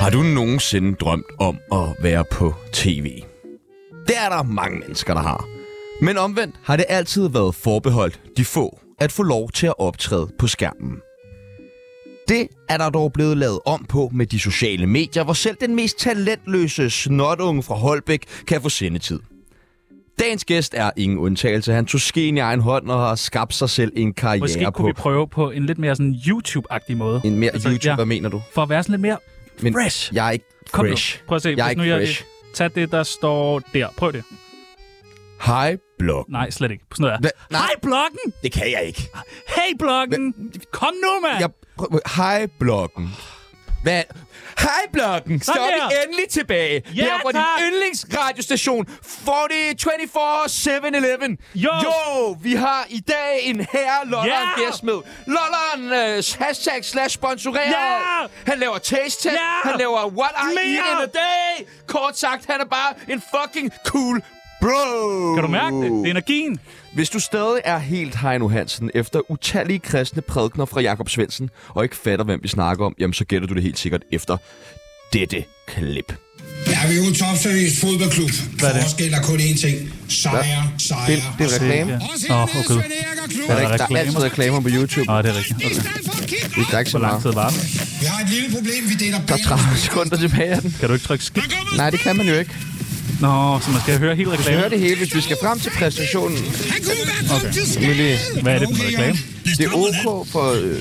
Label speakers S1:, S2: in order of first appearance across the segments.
S1: Har du nogensinde drømt om at være på tv? Det er der mange mennesker, der har. Men omvendt har det altid været forbeholdt de få at få lov til at optræde på skærmen. Det er der dog blevet lavet om på med de sociale medier, hvor selv den mest talentløse snotunge fra Holbæk kan få sendetid. Dagens gæst er ingen undtagelse. Han tog skeen i egen hånd og har skabt sig selv en karriere
S2: Måske ja,
S1: på...
S2: kunne vi prøve på en lidt mere sådan YouTube-agtig måde.
S1: En mere altså,
S2: Altså,
S1: YouTube,
S2: ja.
S1: ja. hvad mener du?
S2: For at være sådan lidt mere
S1: Men
S2: fresh.
S1: jeg er ikke
S2: Kom
S1: fresh.
S2: nu, prøv at se.
S1: Jeg er
S2: hvis nu
S1: ikke fresh.
S2: Tag det, der står der. Prøv det.
S1: Hej, blog.
S2: Nej, slet ikke. På sådan noget
S1: Hva-
S2: der.
S1: nej.
S2: Hej, bloggen!
S1: Det kan jeg ikke.
S2: Hey, bloggen! Kom nu, mand!
S1: Jeg, prøv, hej, bloggen. Hvad? Hej, bloggen. Så
S2: Sådan
S1: er vi
S2: der.
S1: endelig tilbage.
S2: Ja,
S1: her fra din
S2: tak.
S1: yndlingsradiostation 4024-7-Eleven.
S2: Jo.
S1: jo, vi har i dag en herre Lolleren
S2: Ja.
S1: gæst med. Lolleren uh, hashtag slash sponsoreret.
S2: Ja.
S1: Han laver taste test.
S2: Ja.
S1: Han laver what I
S2: Mere.
S1: eat in a day. Kort sagt, han er bare en fucking cool bro.
S2: Kan du mærke det? Det er energien.
S1: Hvis du stadig er helt Heino Hansen efter utallige kristne prædikner fra Jakob Svendsen, og ikke fatter, hvem vi snakker om, jamen så gætter du det helt sikkert efter dette klip.
S3: Ja, vi er jo en topseriøs fodboldklub.
S2: Hvad er det?
S3: Forskel er kun én ting. Sejre, sejre.
S1: Det, det er reklame.
S2: Ja.
S3: Også
S2: Nå,
S3: hernede,
S2: okay.
S3: Svend Erik og klubben.
S1: Der er, ikke, der er altid
S2: reklamer?
S1: reklamer på YouTube.
S2: Nå, det er rigtigt. Okay.
S3: I stedet for at kigge
S1: Der er ikke så
S2: Hvor
S1: meget.
S2: lang tid var det?
S3: Vi har et lille problem, vi deler
S1: Der er 30 sekunder tilbage af den.
S2: Kan du ikke trykke skip?
S1: Nej, det kan man jo ikke.
S2: Nå, så man skal høre hele reklamen.
S1: Hør det hele, hvis vi skal frem til præstationen.
S3: Han kunne være kommet til skade.
S1: Men det,
S2: Hvad er det for en reklame?
S1: det er OK for... Øh,
S3: Jamen,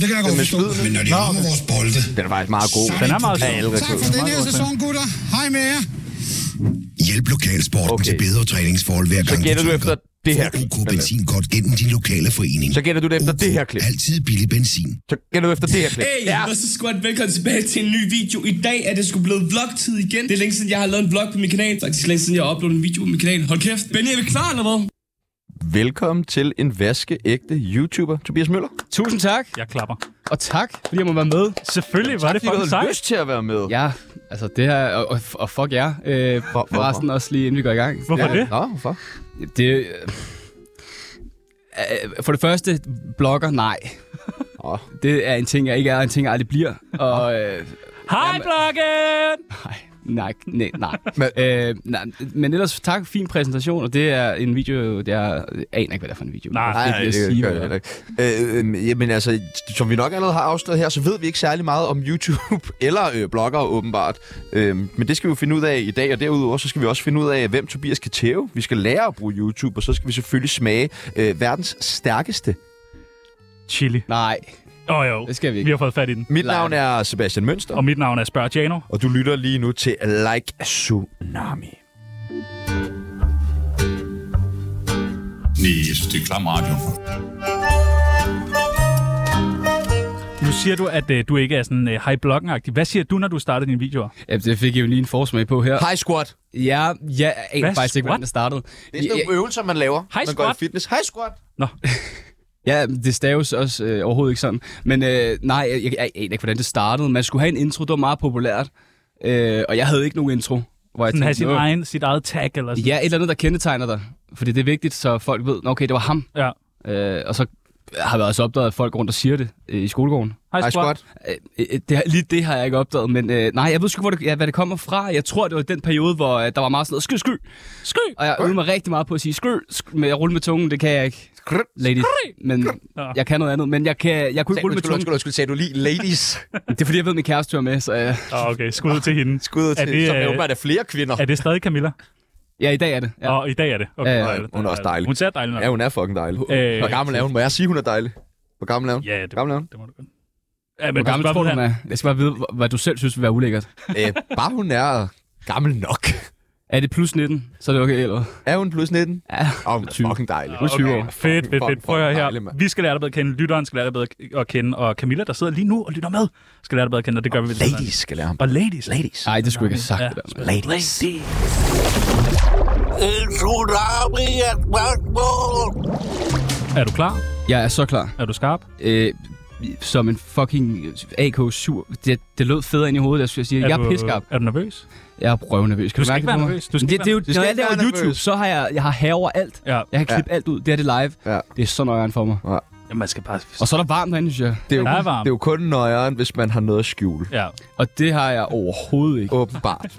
S3: det kan jeg godt
S1: med
S3: forstå.
S1: spydet.
S3: Men når de rammer vores bolde...
S1: den er faktisk meget god.
S2: Den er meget
S1: Af alle
S2: god.
S3: Tak for
S1: reklamer.
S3: den her sæson, gutter. Hej med jer. Hjælp lokalsporten
S1: Okay.
S3: til bedre træningsforhold hver gang.
S1: gætter du efter
S3: tanker.
S1: det her
S3: Få OK
S1: klip.
S3: benzin godt gennem din lokale forening.
S1: Så gætter du det efter det her klip.
S3: Altid billig benzin.
S1: Så gætter du efter det her klip.
S4: Hey,
S1: Ja.
S4: ja. og så squat, velkommen tilbage til en ny video. I dag er det sgu blevet vlog-tid igen. Det er længe siden, jeg har lavet en vlog på min kanal. Faktisk længe siden, jeg har uploadet en video på min kanal. Hold kæft. Benny, er vi klar eller hvad?
S1: Velkommen til en vaskeægte YouTuber, Tobias Møller.
S5: Tusind tak,
S2: Jeg klapper.
S5: og tak, fordi jeg må være med.
S2: Selvfølgelig var det
S1: Fordi
S2: fucking
S1: du havde
S2: sejt.
S1: lyst til at være med.
S5: Ja, altså det her, og, og- og fuck jer, øh,
S1: hvorfor?
S5: forresten også lige inden vi går i gang.
S2: Hvorfor
S5: ja,
S2: det?
S1: Nå, hvorfor?
S5: Det, øh, øh, for det første, blogger, nej.
S1: Åh.
S5: Det er en ting, jeg ikke er, og en ting, jeg aldrig bliver. Og, øh,
S2: Hej, bloggen!
S5: nej, nej, nej, nej.
S1: Men-
S5: Men, øh, nej. Men ellers tak, fin præsentation, og det er en video, det er, jeg aner ikke, hvad det er for en video.
S2: Nej,
S5: det
S1: Nej,
S5: vil jeg
S1: det, det
S5: sige,
S1: gør
S5: men-
S1: det heller ikke. Øh, øh, jamen altså, som vi nok allerede har afsløret her, så ved vi ikke særlig meget om YouTube eller øh, bloggere åbenbart. Øh, men det skal vi jo finde ud af i dag, og derudover så skal vi også finde ud af, hvem Tobias kan tæve. Vi skal lære at bruge YouTube, og så skal vi selvfølgelig smage øh, verdens stærkeste.
S2: Chili.
S5: Nej,
S2: Åh oh, jo,
S5: det skal vi
S2: vi
S5: ikke.
S2: har fået fat i den.
S1: Mit
S5: Lejre.
S1: navn er Sebastian Mønster,
S2: Og mit navn er Spørg Jano.
S1: og du lytter lige nu til Like Tsunami.
S6: Nej, jeg synes, det er klam radio.
S2: Nu siger du, at øh, du ikke er sådan øh, hej bloggen -agtig. Hvad siger du, når du starter dine videoer?
S5: Ja, det fik jeg jo lige en forsmag på her.
S1: Hej squat.
S5: Ja, jeg aner
S2: Hvad?
S5: faktisk ikke,
S2: What?
S5: hvordan det startede.
S1: Det er sådan nogle øvelser, man laver.
S2: Hej,
S1: man går i
S2: squat.
S1: fitness. Hej squat.
S2: Nå,
S5: Ja, det staves også øh, overhovedet ikke sådan. Men øh, nej, jeg, jeg, jeg aner ikke, hvordan det startede. Man skulle have en intro, det var meget populært. Øh, og jeg havde ikke nogen intro. Hvor jeg
S2: sådan have sin
S5: "Nå,
S2: egen, sit eget tag eller sådan.
S5: Ja, et eller andet, der kendetegner dig. Fordi det er vigtigt, så folk ved, "Nå, okay, det var ham.
S2: Ja.
S5: Øh, og så har jeg også opdaget, at folk rundt og siger det øh, i skolegården.
S1: Hej squat.
S5: Øh, øh, det, har- lige det har jeg ikke opdaget, men øh, nej, jeg ved sgu, hvor det, ja, hvad det kommer fra. Jeg tror, det var den periode, hvor øh, der var meget sådan noget, sky, sky.
S2: Sky!
S5: Og jeg øvede mig rigtig meget på at sige sky, sky men jeg rulle med tungen, det kan jeg ikke. Ladies. Men
S2: Nå.
S5: jeg kan noget andet, men jeg, kan, jeg kunne ikke rulle med
S1: Undskyld,
S5: tungen.
S1: undskyld, undskyld. Sagde du lige ladies?
S5: Det er fordi, jeg ved, at min kæreste hører med, så øh,
S2: Åh, okay, skud ud til hende.
S1: Skud
S2: Er
S1: til,
S2: det,
S1: som
S2: øh,
S1: er åbenbart er flere kvinder.
S2: Er det stadig Camilla?
S5: ja, i dag er det. Ja.
S2: Ja. Og i dag er det. Okay,
S5: Ja, ja.
S2: dejligt.
S1: Hun er også dejlig.
S2: Hun ser dejlig nok.
S1: Ja, hun er fucking dejlig.
S2: Øh,
S1: Hvor gammel er hun? Må jeg sige, hun er dejlig? Hvor gammel er hun?
S2: Ja, det,
S1: Gammel er hun?
S2: det må du godt. Ja,
S5: Hvor
S2: men
S5: gammel
S2: skal
S5: tror du,
S2: bare
S5: hun
S2: vide,
S5: er? Jeg skal bare vide, hva- hvad du selv synes vil være ulækkert.
S1: Æh, Øh, bare hun er gammel nok.
S5: Er det plus 19, så er det okay, eller?
S1: Er hun plus 19?
S5: Ja.
S1: Og hun er fucking dejlig.
S5: Hun er 20 år.
S2: Fedt, fedt, fedt. Prøv at høre
S1: Dejlig,
S2: her.
S1: mand.
S2: Vi skal lære dig bedre at kende. Lytteren skal lære dig bedre at kende. Og Camilla, der sidder lige nu og lytter med, skal lære dig bedre at kende. Og det gør vi ved den her.
S1: Ladies skal lære ham.
S2: Og ladies. Ladies.
S5: Nej, det skulle jeg ikke have sagt.
S2: Ja.
S5: Det der. mand.
S1: Ladies.
S2: Er du klar?
S5: Jeg er så klar.
S2: Er du skarp?
S5: Øh, som en fucking AK-7. Det, det lød federe ind i hovedet, jeg skulle sige.
S2: Er
S5: Jeg
S2: du,
S5: er piskab.
S2: Er du nervøs?
S5: Jeg er røvnervøs. Kan
S2: Du skal
S5: mærke
S2: ikke
S5: det
S2: være
S5: på mig?
S2: nervøs. Du skal
S5: Men det,
S2: ikke
S5: det, er jo,
S2: være
S1: nervøs. Du
S5: når
S1: skal ikke være
S5: jeg laver
S1: nervøs.
S5: YouTube, så har jeg, jeg har hair over alt.
S2: Ja.
S5: Jeg har klippet alt ud. Det er det live.
S1: Ja.
S5: Det er så nøjeren for mig.
S1: Ja.
S2: Jamen, man skal bare...
S5: Og så er der varmt derinde, synes jeg.
S1: Det er, jo,
S2: Der er
S1: det
S2: varmt.
S1: er jo kun nøjeren, hvis man har noget at skjule.
S2: Ja,
S5: Og det har jeg overhovedet ikke.
S1: Åbenbart.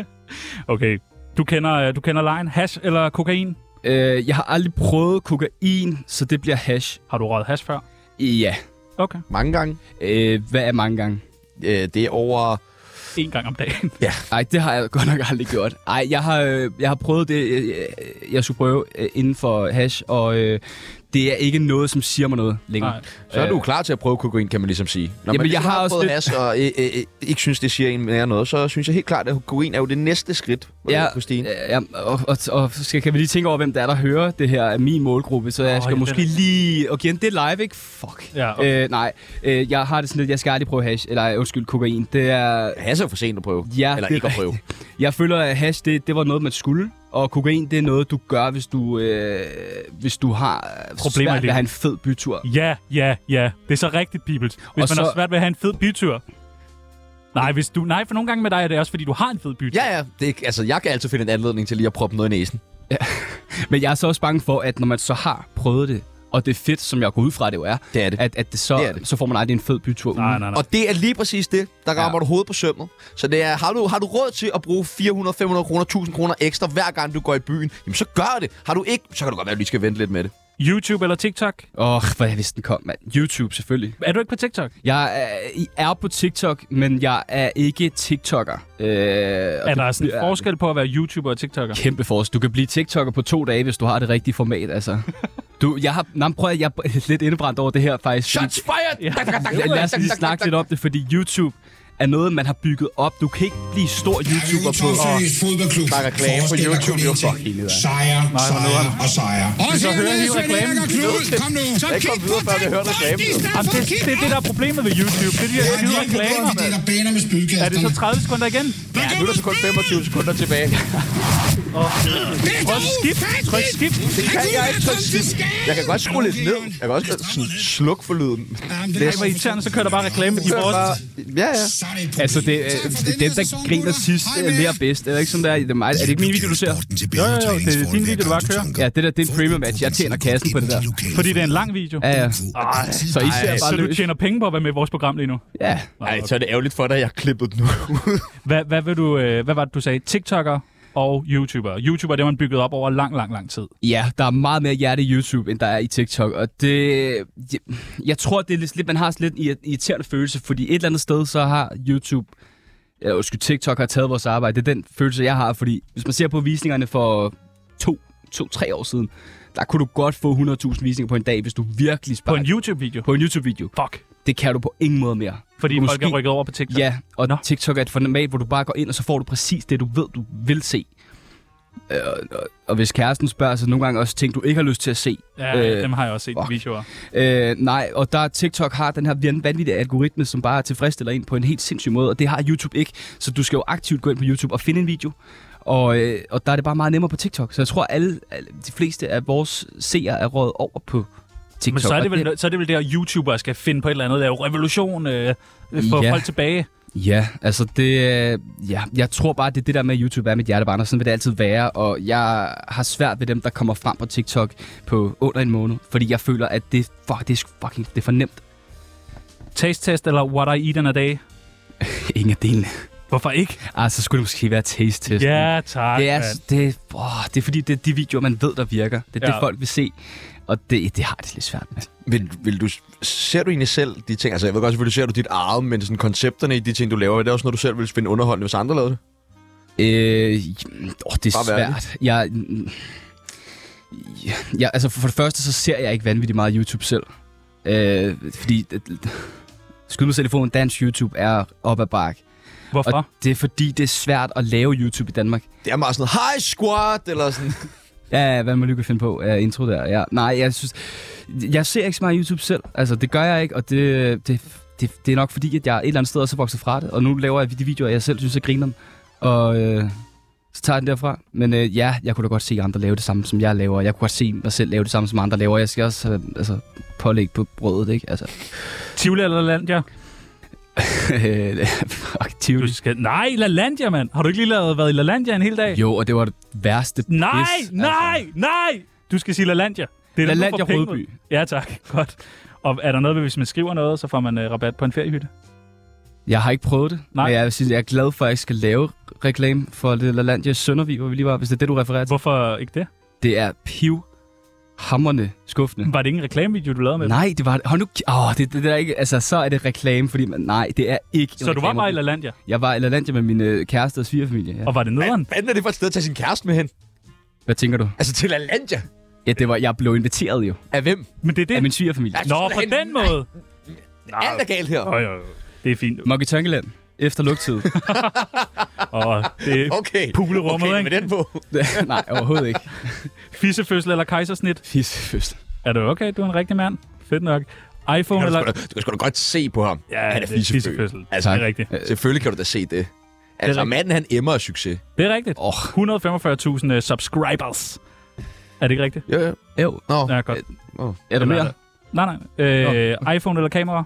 S2: okay. Du kender, øh, du kender lejen. Hash eller kokain?
S5: Øh, jeg har aldrig prøvet kokain, så det bliver hash.
S2: Har du røget hash før?
S5: Ja.
S2: Okay.
S1: Mange gange.
S5: Øh, hvad er mange gange?
S1: Øh, det er over...
S2: En gang om dagen.
S5: Nej, det har jeg godt nok aldrig gjort. Nej, jeg har, øh, jeg har prøvet det, øh, øh, jeg skulle prøve øh, inden for hash, og øh, det er ikke noget, som siger mig noget længere.
S2: Nej.
S1: Så er du klar til at prøve kokain, kan man ligesom sige. Når man
S5: Jamen,
S1: ligesom
S5: jeg har også
S1: prøvet
S5: lidt-
S1: hash og øh, øh, øh, ikke synes, det siger en mere noget, så synes jeg helt klart, at kokain er jo det næste skridt, ja, Christine.
S2: Øh.
S5: ja og, og, og skal, kan vi lige tænke over, hvem der er, der hører det her af min målgruppe, så jeg
S2: Åh,
S5: skal
S2: ja,
S5: måske
S2: den er-
S5: lige... Og igen, det er live, ikke? Fuck.
S2: Ja, okay.
S5: øh, nej, øh, jeg har det sådan lidt, jeg skal aldrig prøve hash, eller undskyld, kokain. Det er...
S1: Hash er for sent at prøve.
S5: Ja,
S1: Eller
S5: det er
S1: ikke at prøve.
S5: Jeg føler, at hash, det, det var noget, man skulle. Og kokain, det er noget, du gør, hvis du, øh, hvis du har
S2: Problemer i
S5: svært ved
S2: livet.
S5: at have en fed bytur.
S2: Ja, ja, ja. Det er så rigtigt, Bibels. Hvis man
S5: så-
S2: har svært ved at have en fed bytur. Nej, hvis du, nej, for nogle gange med dig er det også, fordi du har en fed bytur.
S1: Ja, ja. Det, er ikke- altså, jeg kan altid finde en anledning til lige at proppe noget i næsen.
S5: Men jeg er så også bange for, at når man så har prøvet det, og det er fedt, som jeg går ud fra, det jo er,
S1: Det er det.
S5: at, at det så,
S1: Det
S5: det
S1: er det.
S5: det. så får man aldrig en fed bytur
S2: Nej,
S5: ude.
S2: nej, nej.
S1: Og det er lige præcis det, der rammer ja. du hovedet på sømmet. Så det er, har du, har du råd til at bruge 400, 500 kroner, 1000 kroner ekstra, hver gang du går i byen, jamen så gør det. Har du ikke, så kan du godt være, at du lige skal vente lidt med det.
S2: YouTube eller TikTok?
S5: Åh, oh, hvor jeg vidste, den kom, mand. YouTube, selvfølgelig.
S2: Er du ikke på TikTok?
S5: Jeg er, I er på TikTok, men jeg er ikke TikToker. Øh,
S2: Er der sådan en forskel på at være YouTuber og TikToker?
S5: Kæmpe forskel. Du kan blive TikToker på to dage, hvis du har det rigtige format, altså. Du, jeg har... Nej, men prøv at, jeg er lidt indebrændt over det her, faktisk. fordi-
S1: Shots fired!
S2: Ja.
S1: Tak, tak, tak, tak,
S5: Lad, lad os
S1: tak,
S5: lige
S1: tak,
S5: snakke
S1: tak,
S5: lidt om det, fordi YouTube er noget, man har bygget op. Du kan ikke blive stor YouTuber på.
S3: YouTube seriøs fodboldklub.
S1: Der er reklame på
S3: Forestiller
S1: YouTube,
S3: kun
S1: jo,
S3: én ting.
S1: fuck, hele
S3: Sejr, sejr og sejr. Og
S1: så hører hele reklamen.
S3: Kom nu.
S1: Jeg kan ikke komme videre, før vi hører reklamen, jo.
S2: Jamen, det, det, er det, der er problemet ved YouTube. Det er de her skide reklamer.
S3: Det er der baner med
S2: Er det så
S3: spydkasterne.
S2: 30 sekunder igen?
S1: tak. Nu er der så kun 25 sekunder tilbage.
S2: Prøv at skift. Tryk skift.
S1: Det kan jeg ikke så Jeg kan godt skrue lidt ned. Jeg kan også
S3: Det strammer lidt.
S1: slukke for lyden.
S3: Jamen, det
S1: Læs.
S2: Ej, hvor irriterende, så kører der bare reklame med de
S1: Hør
S2: vores.
S1: bare. Ja, ja.
S3: Så er det et problem.
S5: Altså, det, øh,
S3: Tak for denne
S5: den, der
S3: sæson,
S5: griner
S3: gutter.
S5: sidst,
S3: Hej
S5: øh,
S3: med jer.
S5: lærer bedst. Er det ikke sådan, der? Det er, mig. er det ikke min video, du ser?
S2: Jo, jo, jo, det er din video, du bare kører.
S5: Ja, det der, det er en premium match. Jeg tjener kassen på det der.
S2: Fordi det er en lang video.
S5: Ja, ja.
S2: Ej,
S5: Så I ser
S2: så
S5: bare
S2: du
S5: løs.
S2: tjener penge på at være med i vores program lige nu.
S5: Ja.
S1: Nej, så er det ærgerligt for dig, at jeg har klippet den ud.
S2: Hvad, hvad, vil du, øh, hvad var det, du sagde? TikToker og YouTuber. YouTuber, det har man bygget op over lang, lang, lang tid.
S5: Ja, der er meget mere hjerte i YouTube, end der er i TikTok, og det... Jeg, jeg tror, det er lidt, lidt- man har sådan lidt irri- irriterende følelse, fordi et eller andet sted, så har YouTube... Ja, undskyld, TikTok har taget vores arbejde. Det er den følelse, jeg har, fordi hvis man ser på visningerne for to, to tre år siden, der kunne du godt få 100.000 visninger på en dag, hvis du virkelig
S2: På
S5: sparer...
S2: en YouTube-video.
S5: på en YouTube-video.
S2: Fuck.
S5: Det kan du på ingen måde mere.
S2: Fordi
S5: Du
S2: Måske.
S5: kan
S2: folk er rykket over på TikTok.
S5: Ja, og
S2: Nå.
S5: Nå. TikTok er et format, hvor du bare går ind, og så får du præcis det, du ved, du vil se. Øh, og, og hvis kæresten spørger, så nogle gange også ting, du ikke har lyst til at se.
S2: ja øh,
S5: Øh,
S2: dem har jeg også set de
S5: fuck.
S2: videoer.
S5: Øh, nej, og der TikTok har den her van- vanvittige algoritme, som bare tilfredsstiller en på en helt sindssyg måde, og det har YouTube ikke. Så du skal jo aktivt gå ind på YouTube og finde en video. Og, øh, og der er det bare meget nemmere på TikTok. Så jeg tror, alle, alle de fleste af vores seere er røget over på TikTok.
S2: Men så er, det
S5: og
S2: vel, så er det vel der, YouTuber skal finde på et eller andet. Lave revolution, øh, få
S5: Ja.
S2: folk tilbage.
S5: Ja, altså det... øh, Ja, jeg tror bare, det er det der med at YouTube er mit hjertebarn, og sådan vil det altid være. Og jeg har svært ved dem, der kommer frem på TikTok på under en måned, fordi jeg føler, at det, fuck, det er sgu fucking det er for nemt.
S2: Taste test eller what I eat in a day.
S5: Ingen af delene.
S2: Hvorfor ikke?
S5: Altså, så skulle det måske være taste test.
S2: Ja, tak.
S5: Det er,
S2: mand.
S5: det, åh, det er fordi, det er de videoer, man ved, der virker. Det er ja.
S2: Ja.
S5: det, folk vil se. Og det, det har det lidt svært med.
S1: Vil, vil du, ser du egentlig selv de ting? Altså, jeg ved godt, selvfølgelig ser du dit eget, men sådan koncepterne i de ting, du laver, er det også noget, du selv ville finde underholdende, hvis andre lavede det?
S5: Øh, jamen, åh, det er
S1: Bare vær
S5: svært. Jeg, jeg, altså, for for det første, så ser jeg ikke vanvittigt meget YouTube selv. Øh, fordi... Skud mig selv i foden, dansk YouTube er op ad bak.
S2: Hvorfor?
S5: Og det er fordi, det er svært at lave YouTube i Danmark.
S1: Det er meget sådan, hej squad, eller sådan.
S5: Ja, ja, hvad man lige kan finde på af intro der. Ja. Nej, jeg synes... Jeg ser ikke så meget YouTube selv. Altså, det gør jeg ikke, og det, det, det, det er nok fordi, at jeg et eller andet sted også er vokset fra det. Og nu laver jeg de videoer, jeg selv synes er grineren. Og øh, så tager jeg den derfra. Men øh, ja, jeg kunne da godt se andre lave det samme, som jeg laver. Jeg kunne godt se mig selv lave det samme, som andre laver. Jeg skal også øh, altså, pålægge på brødet, ikke? Altså,
S2: Tivoli eller Lalandia?
S5: øh, fuck,
S2: Du
S5: Tivoli.
S2: skal... Nej, Lalandia, mand. Har du ikke lige lavet, været i Lalandia en hel dag?
S5: Jo, og det var det værste
S2: Nej,
S5: pis, altså.
S2: nej, nej! Du skal altså. sige Lalandia. Det er det, du får
S5: Lalandia
S2: penge
S5: Rødby.
S2: ud. Ja, tak. Godt. Og er der noget ved, hvis man skriver noget, så får man øh, rabat på en feriehytte?
S5: Jeg har ikke prøvet det,
S2: Nej.
S5: men jeg, vil sige, jeg er glad for, at jeg ikke skal lave reklame for det Lalandia Søndervi, hvor vi lige var, hvis det er det, du refererer til.
S2: Hvorfor ikke det?
S5: Det er piv hammerne skuffende.
S2: Var det ikke en reklamevideo, du lavede med dem?
S5: Nej, det var det. Hold nu... k- Åh, det, det, det er ikke... Altså, så er det reklame, fordi... Man, nej, det er ikke en
S2: Så du var
S5: reklame.
S2: bare i LaLandia,
S5: Jeg var i LaLandia med min øh, kæreste og svigerfamilie. Ja.
S2: og var det nederen?
S1: Hvad er det for et sted at tage sin kæreste med hen?
S5: Hvad tænker du?
S1: Altså til Lalandia?
S5: Ja, det var... Jeg blev inviteret jo
S1: Af hvem?
S2: Men det er
S5: af
S2: det.
S5: min svigerfamilie.
S1: Ja.
S2: Nå, på den måde.
S1: Alt er galt her.
S2: Øj, øj, øj. Det er fint.
S5: Monkey Tonkeland. Efter lugtid.
S2: Og det er
S1: Okay.
S2: Pulerummet,
S1: okay,
S2: ikke?
S1: med den på.
S5: nej, overhovedet ikke.
S2: fissefødsel eller kejsersnit.
S5: Fissefødsel.
S2: Er du okay? Du er en rigtig mand. Fedt nok. iPhone
S1: Du
S2: eller...
S1: kan, sgu da, du kan sgu da godt se på ham.
S2: Ja,
S1: han er
S2: det er
S1: fissefø.
S2: fissefødsel.
S1: Altså,
S2: Det er rigtigt.
S1: Selvfølgelig kan du da se det. Altså,
S2: rigtigt.
S1: manden han emmer af succes.
S2: Det er rigtigt.
S5: Åh.
S2: 145.000 øh, subscribers. Er det ikke rigtigt?
S1: Jo, jo.
S5: Jo.
S1: Nå,
S2: Ja, godt.
S5: Øh, Er der
S2: Eller
S5: mere?
S2: er Nej, nej. Øh, iPhone eller kamera?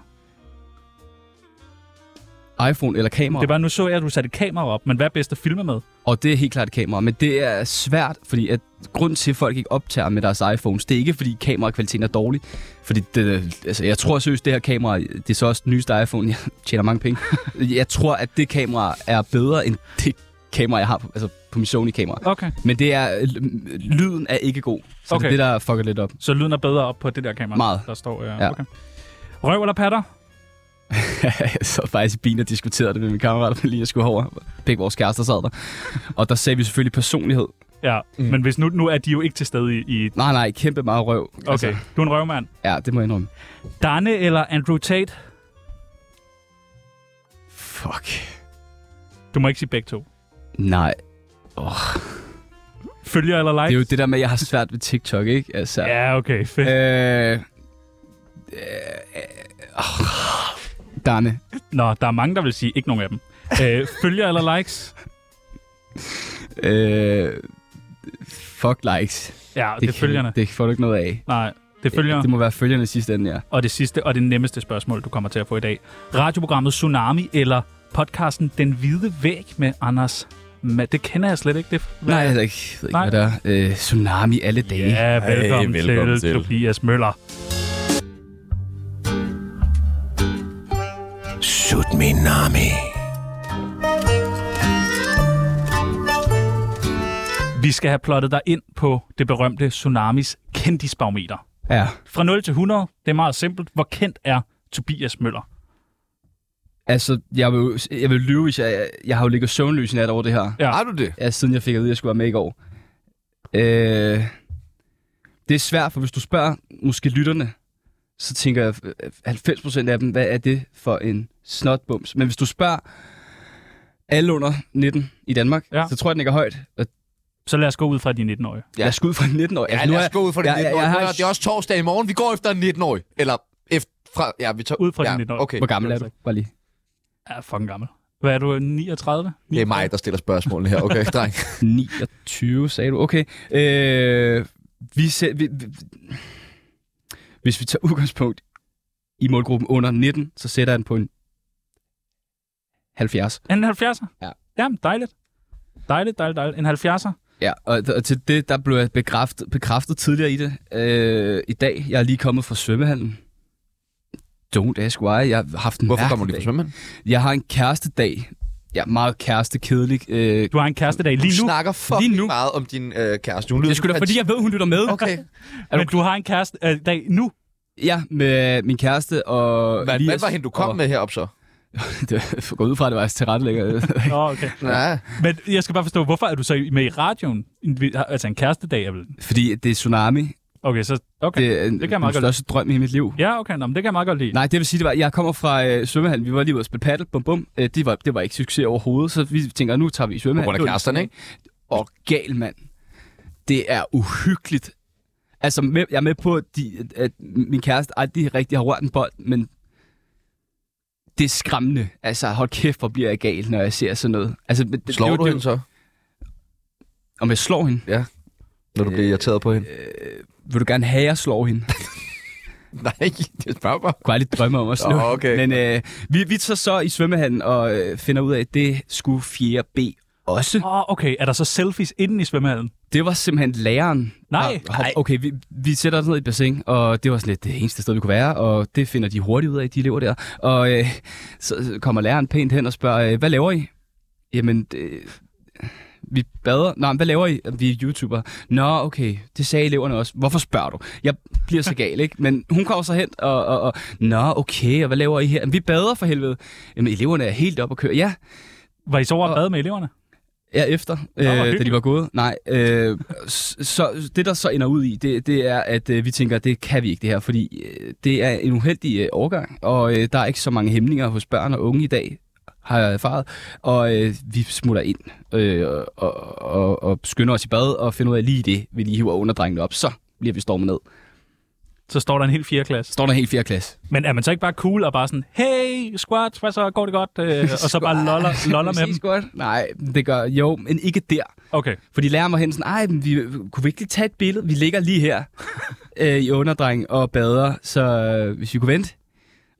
S5: iPhone eller kamera?
S2: Det var, nu så jeg, at du satte et kamera op, men hvad er bedst at filme med?
S5: Og det er helt klart et kamera, men det er svært, fordi at grund til, at folk ikke optager med deres iPhones, det er ikke, fordi kamerakvaliteten er dårlig. Fordi det, altså, jeg tror seriøst, det her kamera, det er så også den nyeste iPhone, jeg tjener mange penge. Jeg tror, at det kamera er bedre end det kamera, jeg har på, altså på min Sony-kamera.
S2: Okay.
S5: Men det er, l- lyden er ikke god, så okay.
S2: Okay.
S5: det er det, der fucker lidt op.
S2: Så lyden er bedre op på det der kamera,
S5: Meget.
S2: der står. Øh,
S5: Ja.
S2: ja. okay. Røv eller patter?
S5: jeg sad faktisk i bilen og diskuterede det med mine kammerater, fordi jeg skulle over. Begge vores kærester sad der. Og der sagde vi selvfølgelig personlighed.
S2: Ja, mm. men hvis nu, nu er de jo ikke til stede i... i
S5: Nej, nej, kæmpe meget røv.
S2: okay, altså. du er en røvmand.
S5: ja, det må jeg indrømme.
S2: Danne eller Andrew Tate?
S5: Fuck.
S2: Du må ikke sige begge to.
S5: Nej,
S2: Følger eller
S5: Det er
S2: like?
S5: jo det der med, at jeg har svært ved TikTok, ikke? Altså,
S2: Ja, okay, fedt.
S5: Øh, øh, øh, oh, Danne.
S2: Nå, der er mange, der vil sige ikke nogen af dem. Øh, følger eller likes?
S5: Øh, fuck likes.
S2: Ja, det, det er
S5: kan-
S2: følgerne. Det.
S5: Det får du ikke noget af.
S2: Nej, det er følgerne.
S5: Det må være følgerne i sidste ende, ja.
S2: Og det sidste og det nemmeste spørgsmål, du kommer til at få i dag. Radioprogrammet Tsunami eller podcasten Den Hvide Væg med Anders Ma- Det kender jeg slet ikke. Det
S5: Nej, jeg ved ikke, jeg ved ikke
S2: Nej.
S5: hvad der er. Øh, tsunami alle dage.
S2: Ja, velkommen,
S1: Hey,
S2: hey,
S1: velkommen
S2: velkommen
S1: til.
S2: til, Tobias Møller.
S7: Shoot me Nami.
S2: Vi skal have plottet dig ind på det berømte Tsunamis kendisbarometer.
S5: ja.
S2: Fra 0 til 100, det er meget simpelt. Hvor kendt er Tobias Møller?
S5: Altså, jeg vil, jo- jeg vil lyve, hvis jeg, jeg har jo ligget søvnløs i nat over det her.
S2: Ja.
S1: har du det?
S5: Ja, siden jeg fik at vide, at jeg skulle være med i går. Øh, det er svært, for hvis du spørger måske lytterne, så tænker jeg, øh, 90% af dem, hvad er det for en snotbums? Men hvis du spørger alle under 19 i Danmark, ja.
S2: Ja.
S5: så tror jeg, den ikke er højt. Og
S2: Så lad os gå ud fra de 19-årige.
S5: ja. Lad os gå ud fra 19 år.
S1: Ja, altså, lad os gå ud fra det.
S5: jeg, jeg,
S1: 19
S5: jeg,
S1: år. Prøv
S5: jeg
S1: at
S5: har,
S1: høre, Det er også torsdag i morgen. Vi går efter en 19-årig. Eller efter... Fra, ja, vi tager
S2: Ud fra
S1: ja,
S2: den 19-årige.
S1: Okay.
S5: Hvor gammel er du? Bare lige.
S2: Jeg er fucking gammel. Hvad er du, 39?
S1: Det er mig, der stiller spørgsmålene her. Okay, dreng.
S5: 29, sagde du. Okay. Øh, vi, se, vi, vi, hvis vi tager udgangspunkt i målgruppen under 19, så sætter jeg den på en 70.
S2: En 70'er?
S5: Ja.
S2: Jamen, dejligt. Dejligt, dejligt, dejligt. En 70'er?
S5: Ja, og, og til det, der blev jeg bekræftet, bekræftet tidligere i det øh, i dag. Jeg er lige kommet fra svømmehallen. Don't ask why. Jeg har haft en
S1: Hvorfor
S5: mærkelig
S1: kommer du lige
S5: dag.
S1: fra svømmehand?
S5: Jeg har en kærestedag. Jeg er meget kæreste, kedelig. Øh,
S2: Du har en kæreste dag lige
S1: Du
S2: nu,
S1: snakker fucking
S5: lige nu.
S1: meget om din øh, kæreste. Hun lyder
S5: det skulle da,
S1: som-
S5: fordi jeg ved, hun lytter med.
S1: Okay.
S2: men du har en kæreste øh, dag nu.
S5: Ja, med min kæreste og...
S1: Hvad, hvad
S5: Elias
S1: var hende, du kom
S5: og-
S1: med herop så?
S5: det går ud fra, at det var altså tilrettelægger.
S2: Nå, okay.
S1: Ja.
S2: Men jeg skal bare forstå, hvorfor er du så med i radioen? En vi- Altså en kærestedag er vel...
S5: Fordi det er tsunami.
S2: Okay, så... Okay.
S5: Det er en,
S2: Det kan jeg
S5: den
S2: meget godt
S5: største drøm i mit liv.
S2: Ja, okay, nå, men det kan jeg meget godt lide.
S5: Nej, det vil sige, det var, jeg kommer fra øh, svømmehallen. Vi var lige ude at spille paddle, bum bum. Øh, det, var, det var ikke succes overhovedet, så vi tænker, nu tager vi i
S1: På grund
S5: svømmehallen.
S1: af kæresterne, ikke?
S5: Og gal, mand. Det er uhyggeligt. Altså, med, jeg er med på, at, de, at- at min kæreste aldrig rigtig har rørt en bold, men det er skræmmende. Altså, hold kæft, hvor bliver jeg gal, når jeg ser sådan noget. Altså, men det, det er
S1: Slår
S5: jo-
S1: du hende så,
S5: Om jeg slår hende?
S1: når du bliver irriteret på hende?
S5: Vil du gerne have, at jeg slår hende?
S1: Nej, det spørger bare.
S5: kunne aldrig drømme om at slå.
S1: Nå, okay.
S5: Men øh, vi, vi tager så i svømmehallen og øh, finder ud af, at det skulle 4. B også.
S2: Åh, oh, okay. Er der så selfies inden i svømmehallen?
S5: Det var simpelthen læreren.
S2: Nej.
S5: der- hop- Okay, vi, vi sætter os ned i et bassin, og det var sådan lidt det eneste sted, vi kunne være, og det finder de hurtigt ud af, de elever der. Og øh, så kommer læreren pænt hen og spørger, øh, hvad laver I? Jamen, det, vi bader. Nej, men hvad laver I? Vi er YouTuber. Nå, okay, det sagde eleverne også. Hvorfor spørger du? Jeg bliver så gal, ikke? Men hun kommer så hen og, og, og Nå, okay, og hvad laver I her? Jamen, vi bader for helvede. Jamen, eleverne er helt op at køre. Ja,
S2: Var I så over at
S5: Og-
S2: bade med eleverne?
S5: Ja, efter, øh,
S2: hvor
S5: da
S2: hyggeligt.
S5: de var gået. Nej, øh, s- så det der så ender ud i, det, det er, at øh, vi tænker, det kan vi ikke det her, fordi øh, det er en uheldig øh, årgang, og øh, der er ikke så mange hæmninger hos børn og unge i dag, har jeg erfaret. Og øh, vi smutter ind øh, og, og, og, og skynder os i bad og finder ud af lige det, vi lige hiver underdrengene op, så bliver vi stormet ned.
S2: Så står der en helt fjerde klasse.
S5: Står der helt fjerde klasse.
S2: Men er man så ikke bare cool og bare sådan, hey, squat, hvad så, går det godt? Øh, og så bare loller, loller med dem?
S5: Godt. Nej, det gør jo, men ikke der.
S2: Okay.
S5: Fordi læreren var hen sådan, ej, men vi, kunne vi ikke lige tage et billede? Vi ligger lige her øh, i underdreng og bader, så øh, hvis vi kunne vente.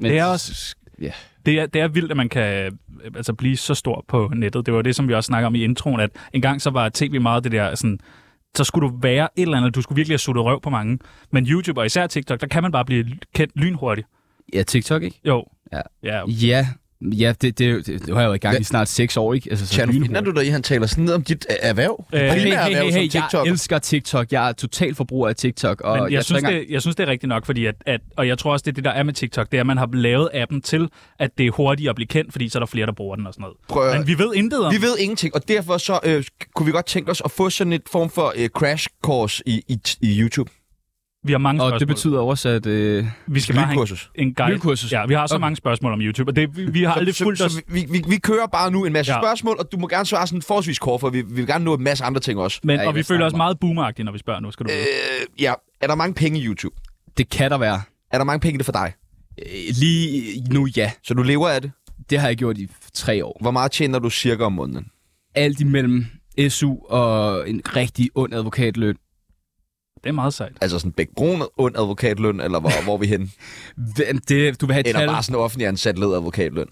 S5: Men,
S2: Det er også...
S5: Ja.
S2: Det er, det er vildt, at man kan øh, altså, blive så stor på nettet. Det var jo det, som vi også snakker om i introen, at engang så var tv meget det der sådan, så skulle du være et eller andet, du skulle virkelig have suttet røv på mange. Men YouTube og især TikTok, der kan man bare blive kendt lynhurtigt.
S5: Ja, TikTok, ikke?
S2: Jo.
S5: Ja.
S2: ja.
S5: Ja, ja det, det, det, det var jeg jo i gang i snart seks år, ikke? Altså, så
S1: Tjerno,
S5: lynhurtigt.
S1: finder du dig i, han taler sådan ned om dit øh, erhverv?
S2: Øh,
S1: Øh,
S2: hey,
S1: primære erhverv som
S5: jeg
S1: TikTok.
S5: elsker TikTok. Jeg er total forbruger af TikTok. Og
S2: Men jeg, jeg,
S5: tror
S2: synes,
S5: ikke engang-
S2: det, jeg synes, det er rigtigt nok, fordi at, at, og jeg tror også, det er det, der er med TikTok, det er, at man har lavet appen til, at det er hurtigt at blive kendt, fordi så er der flere, der bruger den og sådan noget.
S1: Prøv at-
S2: Men vi ved intet om
S1: Vi ved ingenting, og derfor så øh, kunne vi godt tænke os at få sådan et form for øh, crash course i, i, i YouTube.
S2: Vi har mange spørgsmål.
S5: Og det betyder også, at... Øh,
S2: vi skal bare have en,
S1: Lynkursus.
S2: en guide.
S5: Lynkursus.
S2: Ja, vi har så
S5: Okay.
S2: mange spørgsmål om YouTube, og det, vi, vi har aldrig
S1: Så,
S2: fulgt os.
S1: så vi, vi, vi kører bare nu en masse
S2: Ja.
S1: ja. spørgsmål, og du må gerne svare sådan forholdsvis kort, for vi, vi vil gerne nå en masse andre ting også.
S2: Men,
S5: Ja, I
S2: og vi
S5: vil
S2: føler
S5: snakke
S2: os
S5: om-
S2: meget boomeragtige, når vi spørger nu, skal du vide.
S1: Øh, ja, er der mange penge i YouTube?
S5: det kan der være.
S1: Er der mange penge i det for dig?
S5: Øh, Lige nu, ja.
S1: Så du lever af det?
S5: Det har jeg gjort i tre år.
S1: Hvor meget tjener du cirka om måneden?
S5: Alt imellem SU og en rigtig ond advokatløn.
S2: Det er meget sejt.
S1: Altså sådan Bæk Brun, ond advokatløn, eller hvor, hvor er vi henne?
S5: Hvem det, du vil have et
S1: Eller
S5: tal?
S1: bare sådan offentlig ansat led advokatløn?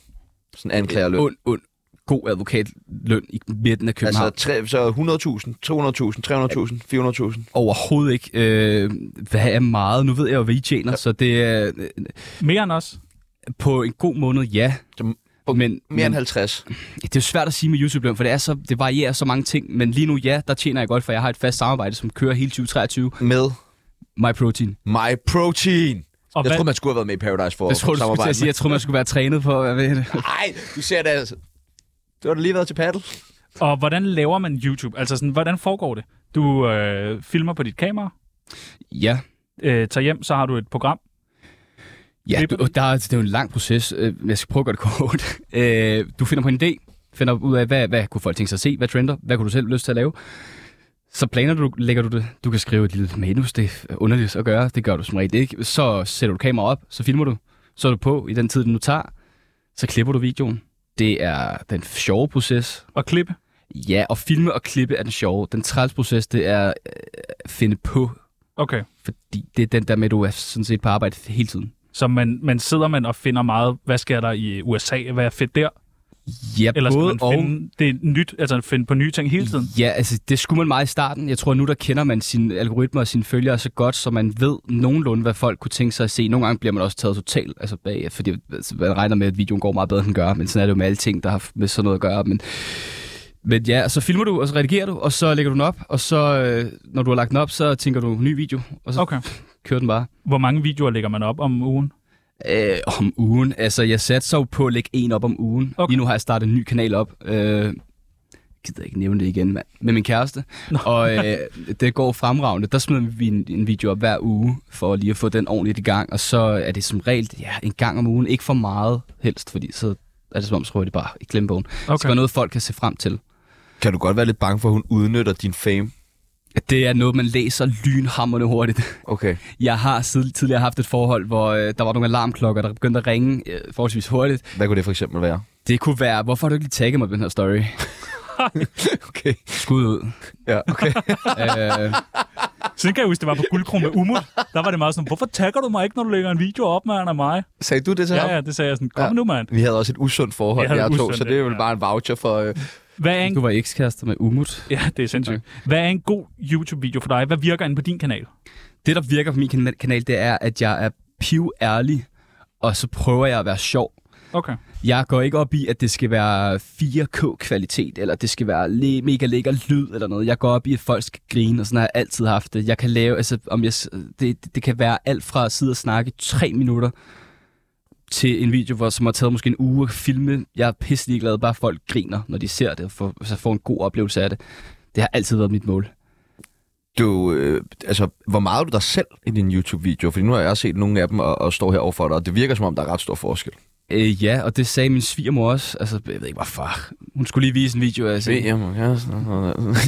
S1: Sådan anklagerløn?
S5: ond, ond, god advokatløn i midten af København.
S1: Altså
S5: Altså,
S1: tre, så 100.000, 200.000, 300.000, 400.000?
S5: Overhovedet ikke. Øh, hvad er meget? Nu ved jeg jo, hvad I tjener, så det er øh,
S2: Mere end os.
S5: på en god måned, ja.
S1: Som-
S5: Men,
S1: Mere end
S5: men
S1: 50.
S5: det er jo svært at sige med YouTube-løn, for det, er så, det varierer så mange ting. Men lige nu, ja, der tjener jeg godt, for jeg har et fast samarbejde, som kører hele 2023.
S1: Med
S5: MyProtein.
S1: My Protein.
S2: Og
S1: jeg
S2: hvad-
S1: troede, man skulle have været med i Paradise for
S5: Jeg tror, du skulle til at sige, jeg tror, man skulle være trænet for at være det.
S1: Nej, du ser det altså. Du har da lige været til paddle.
S2: Og hvordan laver man YouTube? Altså, sådan, hvordan foregår det? Du øh, filmer på dit kamera,
S5: Ja.
S2: øh, tager hjem, så har du et program.
S5: Ja,
S2: Klipper
S5: du, der, er- altså, det er jo en lang proces. Øh, Jeg skal prøve at gøre det kort. Øh, Du finder på en idé, finder ud af, hvad, hvad kunne folk tænke sig at se, hvad trender, hvad kunne du selv have lyst til at lave. Så planer du, lægger du det. Du kan skrive et lille manus, det er underligt at gøre, det gør du som regel ikke. Så sætter du kameraet op, så filmer du, så er du på i den tid, den nu tager, så klipper du videoen. Det er den sjove proces.
S2: Og klippe.
S5: Ja, og filme og klippe er den sjove. Den træls proces, det er øh, at finde på,
S2: Okay.
S5: fordi det er den der med, at du er sådan set på arbejde hele tiden.
S2: Så man, man sidder man og finder meget, hvad sker der i USA, hvad er fedt der?
S5: Ja,
S2: Eller skal
S5: både
S2: man
S5: og.
S2: finde det nyt, altså finde på nye ting hele tiden?
S5: Ja, altså det skulle man meget i starten. Jeg tror, nu der kender man sine algoritmer og sine følgere så godt, så man ved nogenlunde, hvad folk kunne tænke sig at se. Nogle gange bliver man også taget totalt altså bag, fordi altså, man regner med, at videoen går meget bedre, end den gør. Men sådan er det jo med alle ting, der har med sådan noget at gøre. Men, men ja, så filmer du, og så redigerer du, og så lægger du den op, og så øh, når du har lagt den op, så tænker du ny video, og så okay.
S2: Okay.
S5: kører den bare.
S2: Hvor mange videoer lægger man op om ugen?
S5: Øh, om ugen. Altså, jeg satte så på at lægge en op om ugen.
S2: Okay.
S5: Okay. Lige nu har jeg startet en ny kanal op. Øh, jeg gider ikke nævne det igen, mand. Med min kæreste. Nå. Og øh, det går fremragende. Der smider vi en, en video op hver uge, for lige at få den ordentligt i gang. Og så er det som regel ja, en gang om ugen. Ikke for meget helst, fordi så er det som om, så ryger det bare i glemmebogen. Okay. Det
S2: Okay.
S5: skal være noget, folk kan se frem til.
S1: Kan du godt være lidt bange for, at hun udnytter din fame?
S5: Det er noget, man læser lynhammerne hurtigt.
S1: Okay.
S5: Jeg har siden- tidligere haft et forhold, hvor øh, der var nogle alarmklokker, der begyndte at ringe øh, forholdsvis hurtigt.
S1: Hvad kunne det for eksempel være?
S5: Det kunne være, hvorfor har du ikke lige tagget mig på den her story?
S1: Okay.
S5: Skud ud.
S1: Ja, okay.
S5: øh,
S2: Siden kan jeg huske, det var på Guldkrum med Umut. Der var det meget sådan, hvorfor tagger du mig ikke, når du lægger en video op, mand, af mig?
S1: Sagde du det til
S2: Ja,
S1: ham?
S2: ja, det sagde jeg sådan, kom
S1: Ja.
S2: nu, mand.
S1: Vi havde også et usundt forhold,
S2: Jeg havde
S1: jeg
S2: et
S1: to,
S2: usundt,
S1: så det er jo
S2: ja.
S1: bare en voucher for, øh,
S2: Hvad er en,
S5: Du var ekskærester med Umut.
S2: ja, det er sindssygt. Hvad er en god YouTube-video for dig? Hvad virker inde på din kanal?
S5: Det, der virker på min kana- kanal, det er, at jeg er piv ærlig, og så prøver jeg at være sjov.
S2: Okay.
S5: Jeg går ikke op i, at det skal være 4K-kvalitet, eller det skal være le- mega lækker lyd eller noget. Jeg går op i, at folk skal grine, og sådan har jeg altid haft det. Jeg kan lave, altså, om jeg, s- det, det- det kan være alt fra at sidde og snakke i tre minutter, til en video, hvor, som har taget måske en uge at filme. Jeg er pisselig glad, bare folk griner, når de ser det, og får, så får en god oplevelse af det. Det har altid været mit mål.
S1: Du, øh, altså, hvor meget er du dig selv i dine YouTube-videoer? Fordi nu har jeg set nogle af dem og, og står herovre for dig, og det virker som om, der er ret stor forskel.
S5: Øh, ja, og det sagde min svigermor også. Altså, jeg ved ikke, hvorfor. Hun skulle lige vise en video af
S1: Det
S5: det. Det er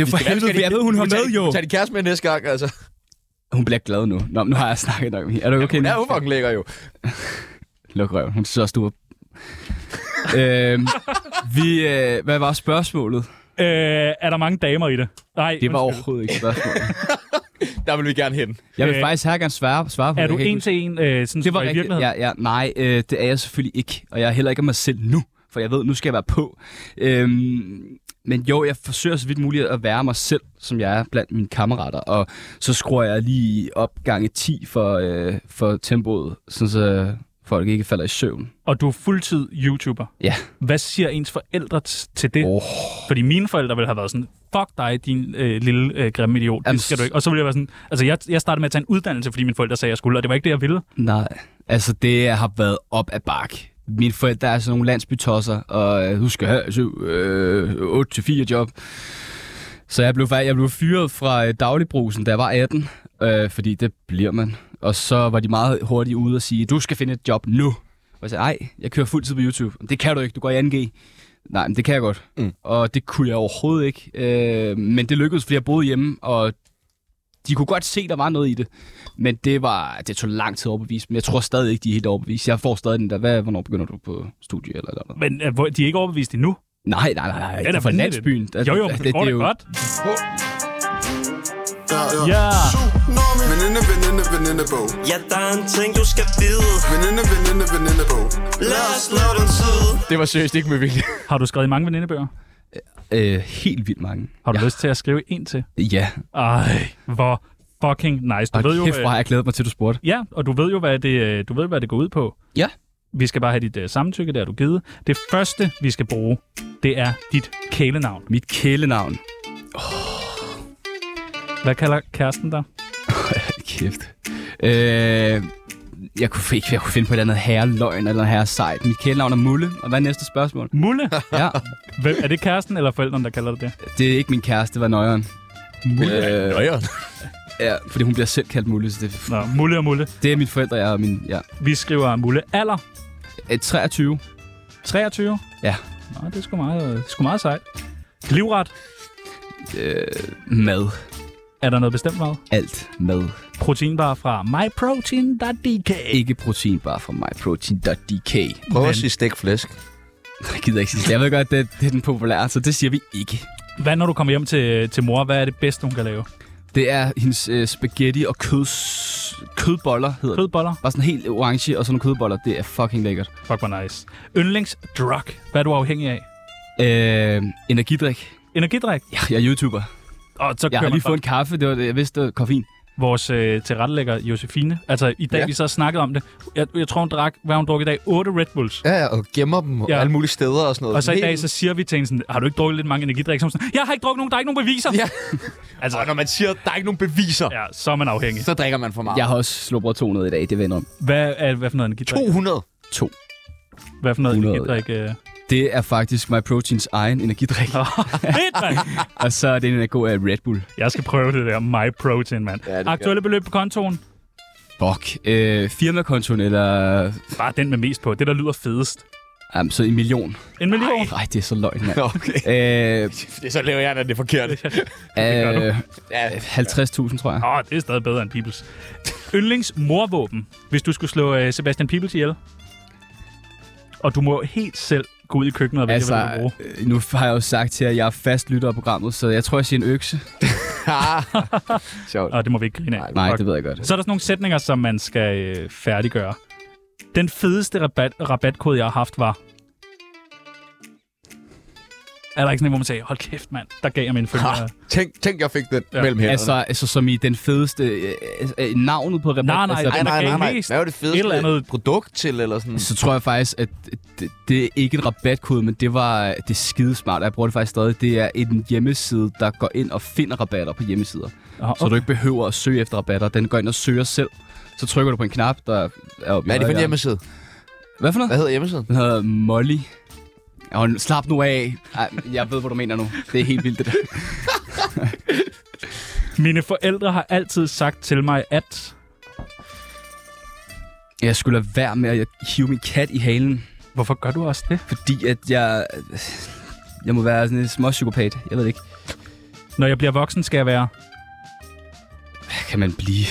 S5: for helvede, for jeg ved, hun har med, jo.
S1: Tag din kæreste med næste gang, altså.
S5: Hun bliver glad nu. Nå, men nu har jeg snakket nok om hende. Er du okay
S1: Hun
S5: nu?
S1: er jo fucking lækker, jo.
S5: Luk røven. Hun synes også, du er... øhm, vi, øh, hvad var spørgsmålet?
S2: Øh, er der mange damer i det? Nej,
S5: Det var
S2: undskyld.
S5: overhovedet ikke spørgsmålet.
S1: Der vil vi gerne hen.
S5: Jeg vil
S2: Øh,
S5: faktisk her gerne svare, svare på
S2: Er
S5: det.
S2: du
S5: Jeg kan ikke
S2: en til en, øh, sådan
S5: Det var
S2: i
S5: rigtigt.
S2: virkeligheden?
S5: Ja, ja, nej, øh, det er jeg selvfølgelig ikke. Og jeg er heller ikke af mig selv nu, for jeg ved, nu skal jeg være på. Øhm, men jo, jeg forsøger så vidt muligt at være mig selv, som jeg er blandt mine kammerater. Og så skruer jeg lige op gange 10 for, øh, for tempoet, sådan så folk ikke falder i søvn.
S2: Og du er fuldtid YouTuber.
S5: Ja.
S2: Hvad siger ens forældre t- til det?
S5: Åh.
S2: Fordi mine forældre ville have været sådan, fuck dig, din øh, lille øh, grimme idiot.
S5: Jamen,
S2: Det skal du ikke. Og så ville jeg være sådan, altså jeg, jeg startede med at tage en uddannelse, fordi mine forældre sagde, at jeg skulle, og det var ikke det, jeg ville.
S5: Nej, altså det har været op ad bak. Mine forældre er sådan nogle landsbytosser, og øh, du skal have syv, øh, 8-4 job. Så jeg blev, fa- jeg blev fyret fra øh, dagligbrusen, da jeg var 18, øh, fordi det bliver man. Og så var de meget hurtigt ude og sige, du skal finde et job nu. Og jeg sagde, nej, jeg kører fuldtid på YouTube. Det kan du ikke, du går i 2G. Nej, men det kan jeg godt.
S1: Mm.
S5: Og det kunne jeg overhovedet ikke. Øh, men det lykkedes, fordi jeg boede hjemme, og de kunne godt se, der var noget i det. Men det var det tog lang tid at overbevise dem. Jeg tror stadig ikke, de er helt overbevist. Jeg får stadig den der, hvad, hvornår begynder du på studie eller, eller, eller.
S2: Men øh, hvor- de er ikke overbevist endnu.
S5: Nej, nej, nej, nej.
S2: er
S5: Det er
S2: da
S5: da fra
S2: vanvittigt.
S5: landsbyen. Altså,
S2: Jo, jo, men det, går det,
S5: jo-
S2: godt.
S8: Ja.
S2: Ja,
S8: Veninde, veninde, venindebog.
S9: Ja, der er en ting, du skal vide.
S8: Veninde, veninde, venindebog.
S9: Lad os slå den tid.
S1: Det var seriøst ikke med vilje.
S2: har du skrevet i mange venindebøger?
S5: Øh, helt vildt mange.
S2: Har du
S5: ja.
S2: ja. lyst til at skrive en til?
S5: Ja,
S2: Ej, hvor fucking nice. Du
S5: og
S2: ved jo,
S5: kæft,
S2: øh,
S5: hvor har jeg glædet mig til, at du spurgte.
S2: Ja, og du ved jo, hvad det, øh, du ved, hvad det går ud på.
S5: Ja.
S2: Vi skal bare have dit uh, samtykke, der du givet. Det første, vi skal bruge, det er dit kælenavn.
S5: Mit kælenavn.
S2: Hvad kalder kæresten dig?
S5: Kæft. Øh, jeg kunne, ikke, jeg kunne finde på et eller andet herreløgn eller herre sejt. Mit kælenavn er Mulle, og hvad er næste spørgsmål?
S2: Mulle.
S5: Ja,
S2: Hvem, er det kæresten eller forældrene, der kalder det det?
S5: det er ikke min kæreste, det var nøjeren. Mulle? Øh,
S1: Nøjeren.
S5: ja, fordi hun bliver selv kaldt Mulle, så det,
S2: Nå, Mulle og Mulle.
S5: det er mine forældre, jeg og min... Ja.
S2: Vi skriver Mulle alder.
S5: Øh, 23.
S2: 23.
S5: Ja.
S2: Nå, det er sgu meget, det er sgu meget sejt. Livret.
S5: Mad.
S2: Er der noget bestemt mad?
S5: Alt mad.
S2: Proteinbar fra myprotein.dk.
S5: Ikke protein, bare fra myprotein.dk.
S1: Prøv at sige stegt flæsk.
S5: Jeg gider ikke sige det. Jeg ved godt, det, det er den populære, så det siger vi ikke.
S2: Hvad når du kommer hjem til, til mor? Hvad er det bedste, hun kan lave?
S5: Det er hendes øh, spaghetti og kød, kødboller, hedder det.
S2: Kødboller.
S5: Bare sådan helt orange og sådan nogle kødboller. Det er fucking lækkert.
S2: Fuck, hvor nice. Yndlingsdrug. Hvad er du afhængig af?
S5: Øh, energidrik.
S2: Energidrik.
S5: Ja, jeg er YouTuber.
S2: Og så
S5: Jeg
S2: kører
S5: har
S2: man
S5: lige
S2: bare-
S5: fået en kaffe. Det var det, jeg vidste, det var koffein.
S2: vores øh, tilrettelægger Josefine. Altså, i dag ja.
S1: Ja.
S2: vi så har snakket om det. Jeg, jeg tror, hun drak, hvad har hun drukket i dag? 8 Red Bulls.
S1: Ja, ja, og gemmer dem
S2: Ja.
S1: ja. alle mulige steder og sådan noget.
S2: Og så i
S1: Helt-
S2: dag, så siger vi til hende sådan, har du ikke drukket lidt mange energidrik? Så er hun sådan, jeg har ikke drukket nogen, der er ikke nogen beviser.
S1: Ja.
S2: altså,
S1: Og når man siger, at der er ikke nogen beviser, ja.
S2: ja, så er man afhængig.
S1: så drikker man for meget.
S5: Jeg har også slået 200 i dag, det vender om.
S2: Hvad er hvad for noget energidrik?
S1: 200.
S5: To.
S2: Hvad for noget
S5: 100,
S2: energidrik? Øh...
S5: Det er faktisk MyProteins egen energidrik.
S2: Fedt, mand!
S5: og så er det en god af Red Bull.
S2: Jeg skal prøve det der My Protein, mand.
S1: Ja, det
S2: Aktuelle beløb på kontoen?
S5: Fuck. Øh, firmakontoen eller...
S2: Bare den med mest på. Det, der lyder fedest.
S5: Jamen, så en million.
S2: En million.
S5: Nej, det er så løgn, mand.
S1: Nå, okay.
S5: Øh,
S1: Det, så laver jeg da det forkerte.
S5: øh,
S1: Ja.
S5: 50.000, tror jeg.
S2: Åh, oh, det er stadig bedre end Peoples. Yndlings morvåben, hvis du skulle slå øh, Sebastian Peoples ihjel. Og du må helt selv gå ud i køkkenet og vælge, altså, hvad du vil
S5: Altså,
S2: bruge.
S5: øh, nu har jeg jo sagt til jer, at jeg er fast lytter af programmet, så jeg tror, jeg siger en økse.
S1: Sjovt.
S2: Og det må vi ikke grine af.
S5: Nej,
S2: Fuck.
S5: det ved jeg godt.
S2: Så er der sådan nogle sætninger, som man skal øh, færdiggøre. Den fedeste rabat, rabatkode, jeg har haft, var... Er der ikke sådan en, hvor man sagde, hold kæft mand, der gav jeg min følger.
S1: Ha, tænk, tænk, jeg fik den ja. mellem hænderne.
S5: Altså, altså, som i den fedeste... Øh, øh, navnet på remote.
S2: Nej, nej,
S5: altså,
S2: nej,
S1: nej, nej,
S2: gav
S1: nej.
S2: mest
S1: Hvad var det fedeste
S2: et eller andet-
S1: produkt til, eller sådan?
S5: så tror jeg faktisk, at det, det er ikke en rabatkode, men det var det er skidesmart. og Jeg bruger det faktisk stadig. Det er en hjemmeside, der går ind og finder rabatter på hjemmesider.
S2: Aha,
S5: Så du
S2: okay.
S5: ikke behøver at søge efter rabatter. Den går ind og søger selv. Så trykker du på en knap, der er oppe i
S1: Hvad er det for en
S5: højre hjørne.
S1: hjemmeside?
S5: Hvad for noget?
S1: Hvad hedder hjemmesiden?
S5: Den hedder Molly. Og slap nu af. Ej, jeg ved, hvad du mener nu. Det er helt vildt, det der.
S2: Mine forældre har altid sagt til mig, at...
S5: Jeg skulle lade være med at hive min kat i halen,
S2: Hvorfor gør du også det?
S5: fordi at jeg... Jeg må være sådan en småpsykopat. Jeg ved det ikke.
S2: Når jeg bliver voksen, skal jeg være...
S5: Hvad kan man blive?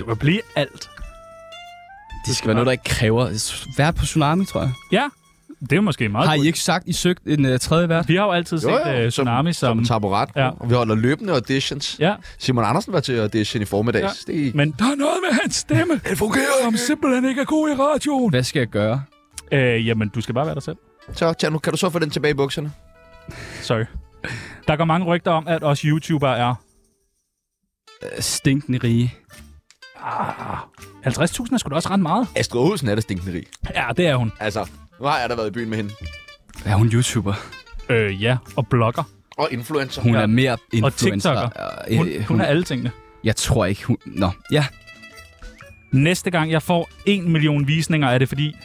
S2: Du kan blive alt.
S5: Det skal være noget, der ikke kræver. Vær på Tsunami, tror jeg.
S2: Ja, det er måske meget
S5: Har I
S2: godt.
S5: ikke sagt, I søgte en uh, tredje vært?
S2: Vi har jo altid set jo, jo, Tsunami som...
S1: som taburet.
S2: Ja.
S1: Ja. Vi holder løbende auditions.
S2: ja,
S1: Simon Andersen var til audition i formiddags. Ja. Det er...
S2: men der er noget med hans stemme,
S1: Det fungerer
S2: som simpelthen ikke er god i radioen.
S5: Hvad skal jeg gøre?
S2: Øh, jamen, du skal bare være dig selv.
S1: Så, tja, nu kan du så få den tilbage i bukserne.
S2: Sorry. Der går mange rygter om, at os YouTubere er
S5: Øh, Stinkende rige.
S2: 50.000 er sgu da også ret meget.
S1: Astrid Olsen er da stinkende rig.
S2: Ja, det er hun.
S1: Altså, nu har jeg da været i byen med hende.
S5: Er hun YouTuber?
S2: Øh, ja, og blogger.
S1: Og influencer.
S5: Hun
S2: Ja.
S5: ja. er mere
S2: Og
S5: influencer.
S2: TikToker.
S5: Øh,
S2: Hun,
S5: øh,
S2: hun er alle tingene.
S5: Jeg tror ikke, hun... Nå, ja.
S2: Næste gang jeg får 1 million visninger, er det fordi...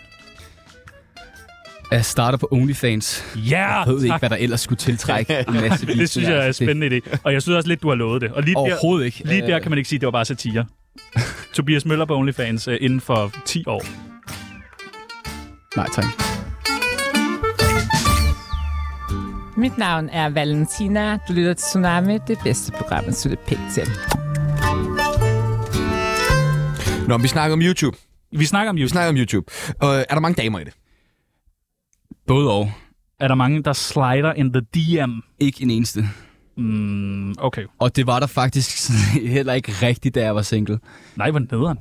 S5: Jeg starter på OnlyFans.
S2: Ja,
S5: Jeg ved ikke,
S2: Ah, tak.
S5: hvad der ellers skulle tiltrække en masse
S2: Det synes jeg er en spændende idé. Og jeg synes også lidt, du har lovet det. Og lige der,
S5: Overhovedet ikke. Øh.
S2: lige der kan man ikke sige, at det var bare satire. Tobias Møller på OnlyFans øh, inden for 10 år.
S5: Nej, tak.
S10: Mit navn er Valentina. Du lytter til Tsunami, det bedste program, at slutte pænt til.
S1: Nå, men vi snakker om YouTube.
S2: Vi snakker om
S1: Vi
S2: YouTube.
S1: snakker om YouTube. Og øh, er der mange damer i det?
S5: Både og.
S2: Er der mange, der slider in the DM?
S5: Ikke en eneste.
S2: Mm, okay.
S5: Og det var der faktisk sådan heller ikke rigtigt, da jeg var single.
S2: Nej, hvor nederen.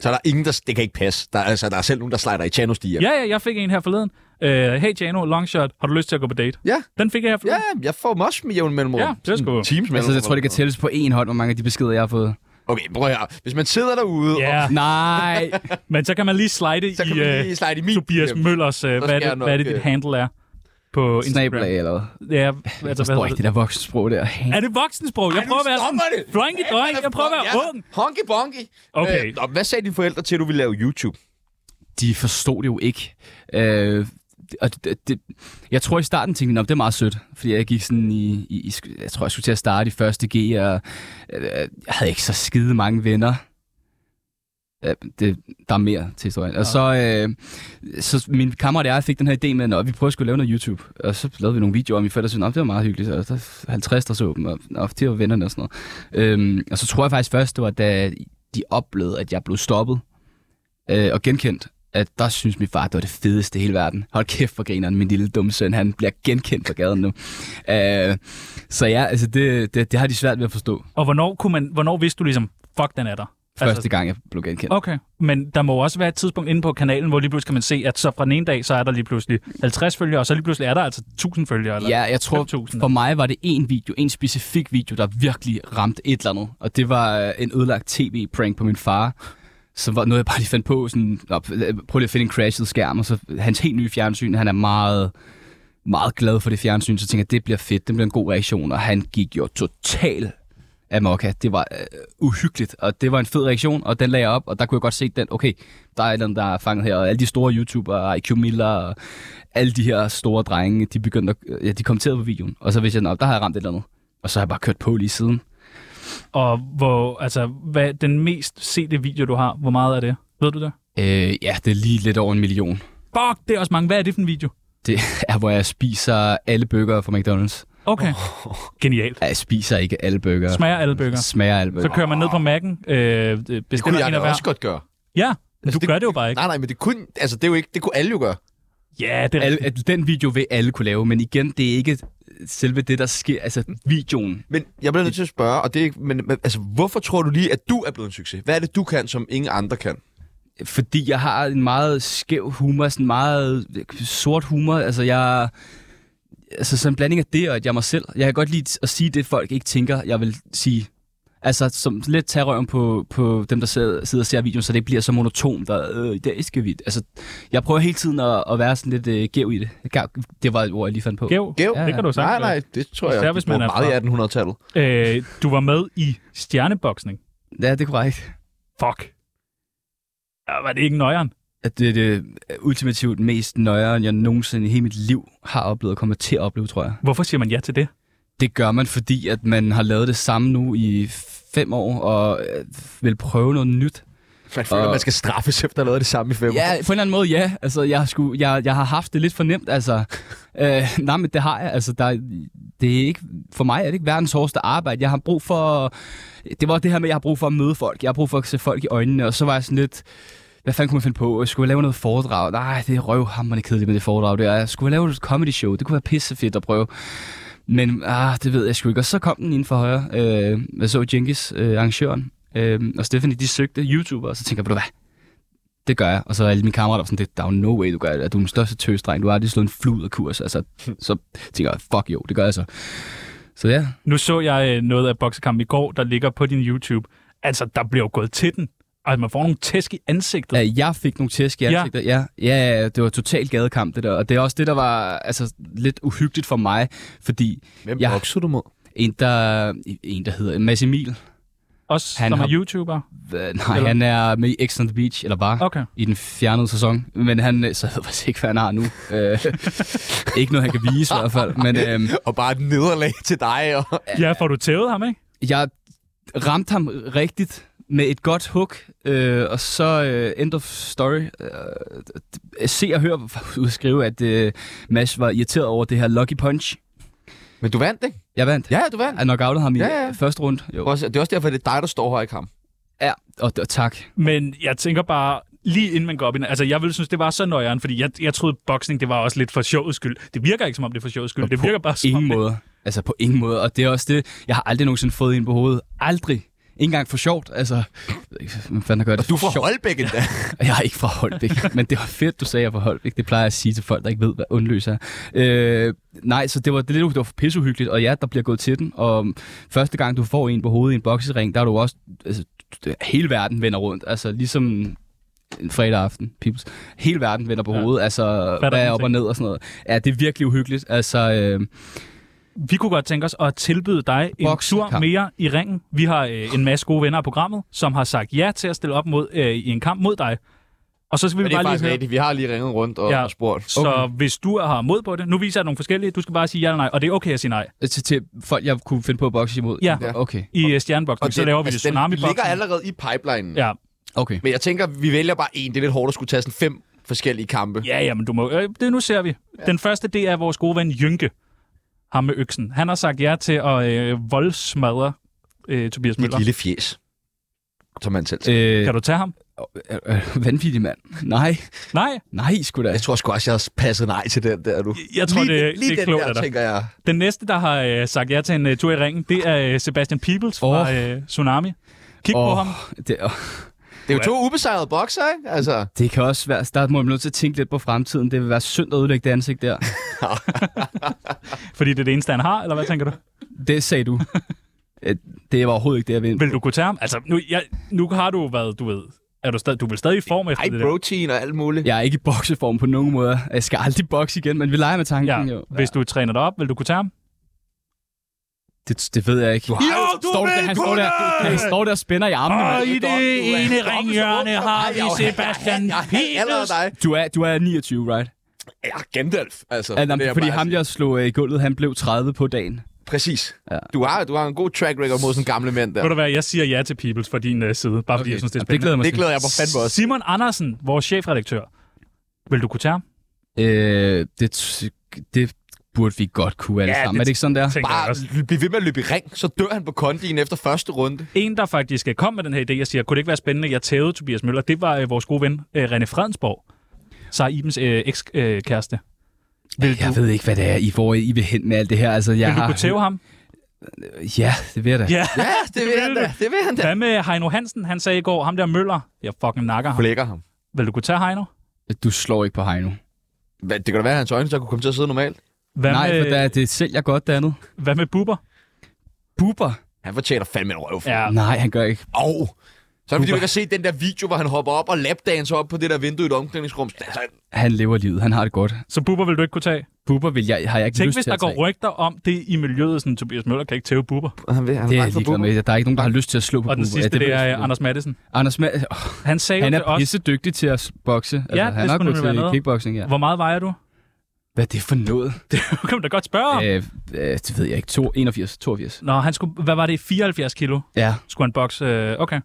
S1: Så er der ingen, der... Det kan ikke passe. Der, er- altså, der er selv nogen, der slider i Chanos dier.
S2: Ja, ja, jeg fik en her forleden. Uh, hey, Jano, long shot. Har du lyst til at gå på date?
S1: Ja.
S2: Den fik jeg her
S1: Ja,
S2: forleden.
S1: jeg får dem også med jævn mellemrum. Mm,
S2: Ja, det er sgu-
S1: Teams
S5: Altså, jeg tror, det kan tælles på en hånd, hvor mange af de beskeder, jeg har fået.
S1: Okay, prøv her. Hvis man sidder derude,
S2: Ja,
S1: og
S2: yeah.
S5: Nej!
S2: men så kan man lige slide
S1: så kan
S2: i
S1: man
S2: øh,
S1: lige slide i min
S2: Tobias
S1: DM.
S2: Møllers, øh, hvad,
S1: skal
S2: er
S1: jeg
S2: det,
S1: nok,
S2: hvad er det, dit
S1: øh,
S2: handle er på Instagram.
S5: Snablag eller hvad?
S2: Ja,
S5: Jeg
S2: altså, hvad
S5: forstår
S2: hedder
S5: ikke
S2: det?
S5: det der voksensprog der.
S2: Er det voksensprog? Jeg
S1: Ej, nu
S2: prøver at være
S1: stopper
S2: sådan...
S1: det!
S2: Drønke, drønke, jeg prøver at være
S1: Ja,
S2: ung.
S1: Honky bonky.
S2: Okay.
S1: Øh, nå, hvad sagde dine forældre til, at du ville lave YouTube?
S5: de forstod det jo ikke. Øh, og det, det, jeg tror i starten tænkte jeg, "Nå, det er meget sødt, fordi jeg gik sådan i, i, i sk- jeg tror jeg skulle til at starte i første G, og øh, jeg havde ikke så skide mange venner. Øh, det, der er mere til historien. Og så, øh, så min kammerat og jeg fik den her idé med, at vi prøver at skulle lave noget YouTube. Og så lavede vi nogle videoer, og mine forældre syntes, "Nå, det var meget hyggeligt. Og der er 50, der så dem, og, og det var vennerne og sådan noget. Øhm, og så tror jeg faktisk først, det var da de oplevede, at jeg blev stoppet øh, og genkendt, at der synes min far, det var det fedeste i hele verden. Hold kæft for grineren, min lille dumme søn, han bliver genkendt på gaden nu. øh, så ja, altså det, det, det har de svært ved at forstå,
S2: Og hvornår, kunne man, hvornår vidste du ligesom, fuck, den er der? Altså,
S5: første gang jeg blev genkendt.
S2: Okay, men der må også være et tidspunkt inde på kanalen, hvor lige pludselig kan man se, at så fra den ene dag, så er der lige pludselig 50 følgere, og så lige pludselig er der altså 1000 følgere. Eller?
S5: Ja, jeg tror,
S2: 5.000.
S5: for mig var det en video, en specifik video, der virkelig ramte et eller andet. Og det var øh, en ødelagt tv-prank på min far, som var noget, jeg bare lige fandt på. Sådan, "Nå, prøv lige at finde en crashed skærm, og så hans helt nye fjernsyn, han er meget meget glad for det fjernsyn, så tænker jeg, det bliver fedt, det bliver en god reaktion, og han gik jo total amok. Det var øh, uhyggeligt, og det var en fed reaktion, og den lagde jeg op, og der kunne jeg godt se den, okay, der er et eller andet, der er fanget her, og alle de store YouTubere, IQ Miller, og alle de her store drenge, de begyndte at, ja, de kommenterede på videoen, og så vidste jeg, at der har jeg ramt et eller andet. Og så har jeg bare kørt på lige siden.
S2: Og hvor, altså, hvad den mest sete video, du har, hvor meget er det? Ved du det?
S5: Øh, ja, det er lige lidt over en million.
S2: Fuck, det er også mange. Hvad er det for en video?
S5: Det er, hvor jeg spiser alle bøger fra McDonald's.
S2: Okay. Genialt.
S5: Ja, jeg spiser ikke alle bøger.
S2: Smager alle bøger.
S5: Smager alle bøger.
S2: Så kører man ned på Mac'en, øh, øh,
S1: Det kunne
S2: bestiller
S1: jeg
S2: en af
S1: da også
S2: hver.
S1: godt gøre. Altså,
S2: Ja, men du
S1: det-
S2: gør det jo bare ikke.
S1: Nej, nej, men det kunne, altså, det, er jo ikke, det kunne alle jo gøre.
S2: Ja, det er
S5: alle,
S2: rigtigt.
S5: at den video vil alle kunne lave, men igen, det er ikke selve det, der sker, altså videoen.
S1: Men jeg bliver nødt til at spørge, og det er ikke, men, men, altså, hvorfor tror du lige, at du er blevet en succes? Hvad er det, du kan, som ingen andre kan?
S5: Fordi jeg har en meget skæv humor, sådan meget sort humor, altså jeg... altså, så en blanding af det og at jeg er mig selv. Jeg kan godt lide at sige det, folk ikke tænker, jeg vil sige. Altså, som lidt tage røven på, på dem, der sidder, sidder og ser videoen, så det ikke bliver så monotont, og øh, i dag skal vi... Altså, jeg prøver hele tiden at, at være sådan lidt øh, gæv i det. Gæv, det var et ord, jeg lige fandt på.
S2: Gæv,
S1: Gæv?
S2: det kan du
S1: Nej,
S2: sagt.
S1: nej, det tror
S2: Især
S1: jeg,
S2: hvis
S1: hvis
S2: man
S1: man
S2: er
S1: meget
S2: fra-
S1: i 1800-tallet.
S2: Øh, du var med i stjerneboksning.
S5: Ja, det er korrekt.
S2: Fuck. Ja, var det ikke nøjeren?
S5: At det er det ultimativt mest nøjeren, jeg nogensinde i hele mit liv har oplevet og kommer til at opleve, tror jeg.
S2: Hvorfor siger man ja til det?
S5: Det gør man, fordi at man har lavet det samme nu i fem år, og øh, vil prøve noget nyt.
S1: Man føler,
S5: Og-
S1: man skal straffes efter at have lavet det samme i fem
S5: Ja, på en eller anden måde, ja. Altså, jeg, skulle, jeg, jeg har haft det lidt for nemt, altså. Øh, nej, men det har jeg. Altså, der, det er ikke, for mig er det ikke verdens hårdeste arbejde. Jeg har brug for... Det var det her med, at jeg har brug for at møde folk. Jeg har brug for at se folk i øjnene, og så var jeg sådan lidt... Hvad fanden kunne man finde på? Skulle jeg lave noget foredrag? Nej, det er røvhammerende kedeligt med det foredrag der. Skulle jeg lave et comedy show? Det kunne være pissefedt at prøve. Men ah, det ved jeg sgu ikke. Og så kom den inden for højre. Øh, jeg så Jenkins, øh, arrangøren, øh, og Stephanie, de søgte YouTuber, og så tænker jeg, ved du hvad? det gør jeg. Og så er alle mine kammerater var sådan, det, der er jo no way, du gør det. Du er den største tøsdreng. Du har aldrig slået en flud af kurs. Altså, så tænker jeg, fuck jo, det gør jeg så. Så ja,
S2: Nu så jeg øh, noget af boksekampen i går, der ligger på din YouTube. Altså, der bliver jo gået til den. Altså, man får nogle tæsk i ansigtet.
S5: Øh, jeg fik nogle tæsk i
S2: Ja.
S5: ansigtet. Ja. Ja, ja, det var totalt gadekamp, det der. Og det er også det, der var altså, lidt uhyggeligt for mig, fordi
S1: Hvem
S5: Ja.
S1: boksede du mod?
S5: en, der, en, der hedder Mads Emil,
S2: Også
S5: han
S2: som er
S5: har-
S2: YouTuber.
S5: øh, nej,
S2: Eller-
S5: han er med i X on the Beach, eller bare.
S2: Okay.
S5: i den fjernede sæson, men han, øh, så jeg ved faktisk ikke, hvad han har nu. Øh, ikke noget, han kan vise i hvert fald, men øhm,
S1: Og bare et nederlag til dig. Og...
S2: Ja, får du tævet ham, ikke?
S5: jeg ramte ham rigtigt med et godt hook, øh, og så øh, end of story. Øh, d- se og hør udskrive, at øh, Mads var irriteret over det her lucky punch.
S1: Men du vandt, ikke?
S5: Jeg vandt.
S1: Ja, ja, du vandt.
S5: Jeg knockoutet ham i
S1: Ja, ja.
S5: ja. første runde. Jo.
S1: Også- Det er også derfor, det er dig, der står her i kamp.
S5: Ja, og, og tak.
S2: Men jeg tænker bare, lige inden man går op i den- Altså, jeg ville synes, det var så nøjeren, fordi jeg, jeg troede, boksning, det var også lidt for sjovets skyld. Det virker ikke, som om det er for sjovets skyld. Det virker bare som om
S5: ingen
S2: det-
S5: måde. Altså på ingen måde. Og det er også det, jeg har aldrig nogensinde fået en på hovedet. Aldrig. Ikke engang for sjovt. Altså, jeg ved ikke, hvem fanden der gør det?
S1: Og du er
S5: for
S1: fra
S5: sjovt?
S1: Holbæk endda.
S5: Jeg er ikke fra Holbæk, men det var fedt, du sagde, at jeg er fra Holbæk. Det plejer jeg at sige til folk, der ikke ved, hvad undløs er. Øh, nej, så det var, det, var- det var for pisseuhyggeligt, og ja, der bliver gået til den. Og første gang, du får en på hovedet i en boksering, der er du også... Altså, det- hele verden vender rundt. Altså, ligesom en fredag aften, peoples. Hele verden vender på
S2: Ja.
S5: ja. hovedet, altså hvad er op
S2: ingenting.
S5: og ned og sådan noget. Ja, det er virkelig uhyggeligt. Altså, øh,
S2: Vi kunne godt tænke os at tilbyde dig en
S5: Boksekamp.
S2: tur mere i ringen. Vi har øh, en masse gode venner af programmet, som har sagt ja til at stille op mod, øh, i en kamp mod dig. Og så skal vi
S1: Men det er
S2: bare lige
S1: faktisk
S2: høre,
S1: rigtigt. Vi har lige ringet rundt og,
S2: Ja.
S1: ja. og spurgt.
S2: så hvis du har mod på det, nu viser jeg nogle forskellige, du skal bare sige ja eller nej, og det er okay at sige nej.
S5: til, til folk, jeg kunne finde på at bokse imod.
S2: Ja.
S5: Okay,
S2: I øh, stjerneboksen, så laver vi det tsunami
S1: altså, den ligger allerede i pipelinen.
S2: Ja.
S5: okay.
S1: Men jeg tænker, vi vælger bare en. Det er lidt hårdt at skulle tage sådan fem forskellige kampe.
S2: ja, ja, men du må... Øh, det nu ser vi. Den første, det er vores gode ven Jynke, ham med øksen. Han har sagt ja til at øh, voldsmadre øh, Tobias Møller.
S1: lille fjes. Som han selv siger.
S5: Øh,
S2: Kan du tage ham?
S5: øh, øh, vanvittig mand. Nej,
S2: Nej,
S5: nej sgu da.
S1: Jeg tror sgu også, jeg har passet nej til den der nu.
S2: jeg tror,
S1: lige,
S2: det,
S1: lige
S2: det er
S1: den
S2: klogt
S1: der,
S2: af dig.
S1: tænker jeg.
S2: Den næste, der har øh, sagt ja til en øh, tur i ringen, det er øh, Sebastian Peebles fra
S5: Åh.
S2: øh, Tsunami. Kig oh. på
S5: Åh,
S2: ham.
S5: Det, åh.
S1: Det er jo to ubesejrede bokser, ikke? Altså,
S5: Det kan også være, der må man nødt til at tænke lidt på fremtiden. Det vil være synd at ødelægge det ansigt der.
S2: Fordi det er det eneste, han har, eller hvad tænker du?
S5: Det sagde du. Øh, det var overhovedet ikke det, jeg ville.
S2: Vil du kunne tage ham? Altså, nu, jeg, nu har du været, du ved... Er du, stadig, du er vel stadig i form efter
S1: high
S2: det der?
S1: protein og alt muligt.
S5: Jeg er ikke i bokseform på nogen måde. Jeg skal aldrig bokse igen, men vi leger med tanken
S2: Ja,
S5: jo.
S2: hvis du træner dig op, vil du kunne tage ham?
S5: Det, det ved jeg ikke. Jo,
S1: du
S5: står der,
S1: vil
S5: han, står der, han står der og spænder i armene.
S2: Og
S5: mand.
S2: øh. i det ene ringhjørne har vi Sebastian
S1: Jeg er allerede
S2: Peebles.
S1: dig.
S5: Du er, du er 29, right?
S1: Jeg er Gandalf, altså.
S5: Ja, nej,
S1: vil jeg
S5: fordi
S1: bare
S5: ham,
S1: sige.
S5: jeg slog øh, i gulvet, han blev 30 på dagen.
S1: Præcis.
S5: Ja.
S1: Du har, du har en god track record mod sådan gamle mænd der.
S2: Ved du hvad, jeg siger ja til Peebles fra din øh, side, bare fordi jeg synes, det er
S5: Jamen,
S2: spændende.
S5: det glæder jeg mig
S1: Det
S5: til.
S1: glæder jeg mig fandme også.
S2: Simon Andersen, vores chefredaktør. Vil du kunne tage ham?
S5: Øh, det, t- det burde vi godt kunne alle
S2: Ja,
S5: sammen.
S2: det-
S5: er det ikke sådan der?
S2: Tænker jeg også.
S1: Bare bliv ved med at løbe i ring, så dør han på kondien efter første runde.
S2: En, der faktisk øh, kom med den her idé og siger, kunne det ikke være spændende, jeg tævede Tobias Møller, det var øh, vores gode ven øh, René Fredensborg, Sara Ibens øh, ekskæreste. Vil,
S5: Jeg
S2: du,
S5: ved ikke, hvad det er, I, hvor I vil hen med alt det her. Altså, jeg
S2: vil du
S5: har
S2: kunne tæve ham?
S5: Ja, det vil jeg da.
S2: Ja.
S1: Ja, det vil han da. Det vil han da.
S2: Hvad med Heino Hansen? Han sagde i går, ham der Møller, jeg fucking nakker ham.
S1: Flækker ham.
S2: Vil du kunne tage Heino?
S5: Du slår ikke på Heino.
S1: Hvad, det kan da være, at hans øjne så kunne komme til at sidde normalt.
S2: Hvad,
S5: Nej, for
S2: med,
S5: der, er- det sælger godt det andet.
S2: hvad med buber?
S5: Buber?
S1: Han fortjener fandme en røv. Ja.
S2: Ja,
S5: Nej, han gør ikke.
S1: Og så er det, fordi du ikke har set den der video, hvor han hopper op og lapdanser op på det der vindue i et omklædningsrum. Altså,
S5: Han lever livet. Han har det godt.
S2: så buber vil du ikke kunne tage.
S5: Buber vil jeg, har jeg ikke
S2: Tænk,
S5: lyst
S2: hvis
S5: til
S2: der
S5: at tage.
S2: går rygter om det i miljøet, sådan Tobias Møller kan ikke tæve buber.
S1: han vil, han
S5: Det er jeg ligeglad med. Der er ikke nogen, der har lyst til at slå på
S2: Og den
S5: Buber.
S2: sidste, det
S5: ved jeg
S2: er
S5: sgu
S2: Anders Madsen.
S5: ikke. Anders Ma- oh,
S2: Han sagde
S5: Han
S2: jo til
S5: er
S2: os,
S5: pisse dygtig til at bokse. Altså,
S2: Ja,
S5: han
S2: det
S5: har
S2: skulle
S5: gået
S2: nemlig være
S5: til
S2: noget.
S5: kickboxing, ja.
S2: hvor meget vejer du?
S5: Hvad er det for noget?
S2: Du kan man da godt spørge om.
S5: Øh, øh, det ved jeg ikke. To, 81, 82.
S2: Nå, han skulle, hvad var det, 74 kilo?
S5: Ja.
S2: Skulle han bokse? Øh, okay.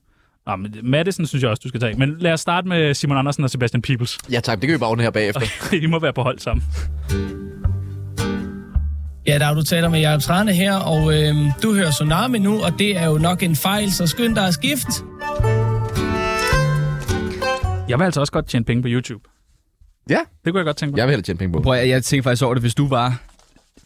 S2: Nå, men Madison synes jeg også, du skal tage. Men lad os starte med Simon Andersen og Sebastian Peebles.
S1: Ja tak, det kan vi bare her bagefter.
S2: De må være på hold sammen.
S11: Ja, der er du taler med Jacob Trane her, og øh, du hører Tsunami nu, og det er jo nok en fejl, så skynd dig at skifte.
S2: Jeg vil altså også godt tjene penge på YouTube.
S1: Ja.
S2: Det kunne jeg godt tænke mig.
S1: Jeg vil hellere tjene penge på.
S5: Prøv, at- jeg tænkte faktisk over det. Hvis du var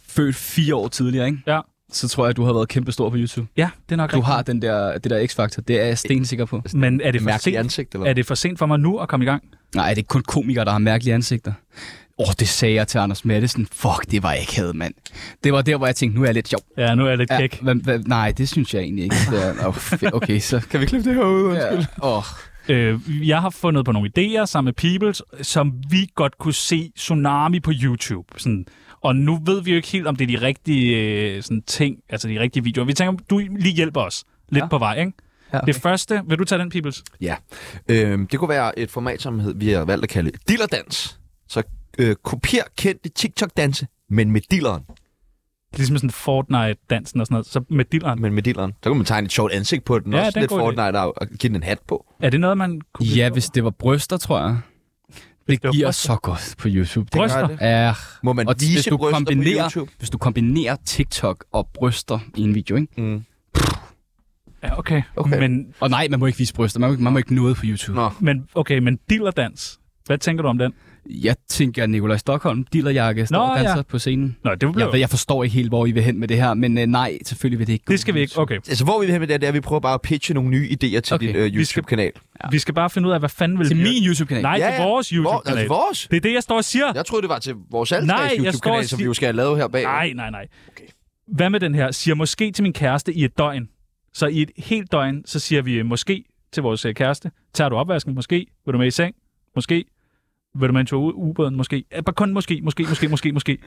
S5: født fire år tidligere, ikke?
S2: Ja.
S5: så tror jeg, at du har været kæmpe stor på YouTube.
S2: Ja, det er nok
S5: Du
S2: rigtigt.
S5: har den der, det der X-faktor. Det er jeg stensikker på.
S2: Men er det, for
S1: Mærkeligt
S2: sent?
S1: ansigt, eller
S2: er det for sent for mig nu at komme i gang?
S5: Nej, det er kun komikere, der har mærkelige ansigter. Åh, oh, det sagde jeg til Anders Madsen. Fuck, det var ikke havde, mand. Det var der, hvor jeg tænkte, nu er jeg lidt sjov.
S2: Ja, nu er jeg lidt ja. kæk.
S5: hvad, hvad, nej, det synes jeg egentlig ikke. Det er, oh, okay, så...
S1: Kan vi klippe det her ud?
S5: Ja, oh,
S2: Øh, jeg har fundet på nogle idéer sammen med Peoples, som vi godt kunne se Tsunami på YouTube. Sådan. Og nu ved vi jo ikke helt, om det er de rigtige øh, sådan, ting, altså de rigtige videoer. Vi tænker, du lige hjælper os lidt ja. på vej, ikke? Ja, okay. Det første, vil du tage den, Peoples?
S1: Ja. Øhm, det kunne være et format, som hed- vi har valgt at kalde dillerdans. Så øh, kopier kendte TikTok-danse, men med dilleren.
S2: Ligesom sådan Fortnite-dansen og sådan noget, så med dilleren.
S1: Men med dilleren. Så kunne man tegne et sjovt ansigt på den
S2: Ja,
S1: ja,
S2: det
S1: også.
S2: er en
S1: Lidt
S2: god idé.
S1: Fortnite og, og give den en hat på.
S2: Er det noget, man kunne...
S5: ja, hvis det var bryster, tror jeg. Det
S2: det var
S5: giver
S2: bryster.
S5: så godt på YouTube. Det
S2: Bryster?
S5: gør det. Ja.
S1: Må man
S5: Og
S1: vise
S5: hvis du,
S1: bryster på
S5: kombinerer,
S1: YouTube?
S5: hvis du kombinerer TikTok og bryster i en video, ikke?
S2: Ja, okay. okay.
S1: Okay.
S2: Men,
S5: Og nej, man må ikke vise bryster. Man må, ikke- man må ikke noget på YouTube.
S1: Nå.
S2: men, okay, men dillerdans. Hvad tænker du om den?
S5: Jeg tænker, Nikolaj Stockholm, dealerjakke, står
S2: Nå,
S5: og danser
S2: ja.
S5: på scenen.
S2: Nå, det blev...
S5: Jeg, ved- jeg forstår ikke helt, hvor I vil hen med det her, men øh, nej, selvfølgelig vil det ikke gå
S2: det skal
S5: på
S2: vi ikke.
S5: YouTube.
S2: Okay.
S1: Altså, hvor vi vil hen med det, er, det er, at vi prøver bare at pitche nogle nye idéer til
S5: Okay.
S1: okay. din øh,
S2: Vi skal-
S1: YouTube-kanal.
S2: Ja. Vi skal bare finde ud af, hvad fanden vil
S5: Til
S2: vi-
S5: min YouTube-kanal?
S2: Nej, ja, til vores
S1: Hvor,
S2: YouTube-kanal.
S1: altså, vores?
S2: Det er det, jeg står og siger.
S1: Jeg troede, det var til vores
S2: Nej,
S1: alle
S2: jeg står og
S1: YouTube-kanal, som vi
S2: siger-
S1: jo skal have lavet her bag.
S2: Nej, nej, nej. Okay. Hvad med den her? Siger måske til min kæreste i et døgn. Så i et helt døgn, så siger vi øh, måske til vores øh, kæreste. Tager du opvasken? Måske. Vil du med i seng? Måske. Vil du med en tur ud ubåden? Måske. Ja, bare kun måske, måske, måske, måske, måske.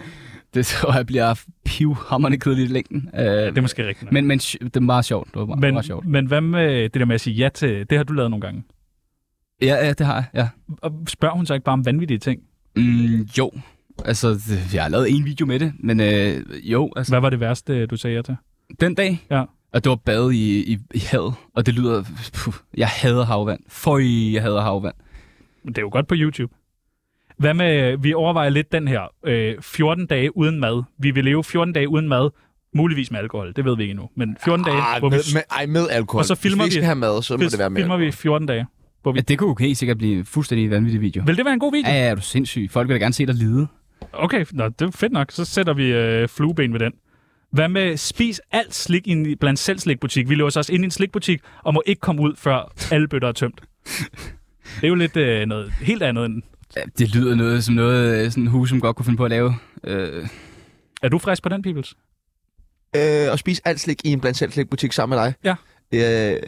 S5: Det tror jeg bliver pivhammerne kedeligt i længden. Øh, ja,
S2: Det er måske rigtigt. nok.
S5: men, men sj- det er meget sjovt. Det var meget, men, meget sjovt.
S2: men, men hvad med det der med at sige ja til... Det har du lavet nogle gange.
S5: Ja, ja, det har jeg. Ja.
S2: Og spørger hun så ikke bare om vanvittige ting?
S5: Mm, jo. Altså, det- jeg har lavet en video med det, men øh, jo, altså,
S2: Hvad var det værste, øh, du sagde ja til?
S5: den dag,
S2: Ja.
S5: og det var bad i, i, i havet, og det lyder, puh, jeg hader havvand. Føj, jeg hader havvand.
S2: Men Det er jo godt på YouTube. Hvad med, øh, vi overvejer lidt den her, øh, 14 dage uden mad. Vi vil leve 14 dage uden mad, muligvis med alkohol, det ved vi ikke endnu. Men 14 dage,
S1: Arh,
S2: hvor vi,
S1: Ah, med, med, ej, med alkohol.
S2: Og så filmer
S1: Hvis vi
S2: vi-
S1: skal have mad, så må det være med
S2: filmer vi
S1: alkohol.
S2: 14 dage. Hvor vi,
S5: Ja, det kunne okay sikkert blive en fuldstændig vanvittig video.
S2: vil det være en god video?
S5: Ja, ja, er du sindssyg. Folk vil da gerne se dig lide.
S2: Okay, nå, det er fedt nok. Så sætter vi øh, flueben ved den. Hvad med spis alt slik i en, blandt selv slikbutik? Vi låser os ind i en slikbutik og må ikke komme ud, før alle bøtter er tømt. Det er jo lidt øh, noget helt andet end...
S5: Ja, det lyder noget som noget, øh, sådan en hus, som godt kunne finde på at lave. Øh,
S2: Er du frisk på den, Peoples?
S1: Øh, og spise alt slik i en blandt selv slikbutik sammen med dig.
S2: Ja.
S1: Øh,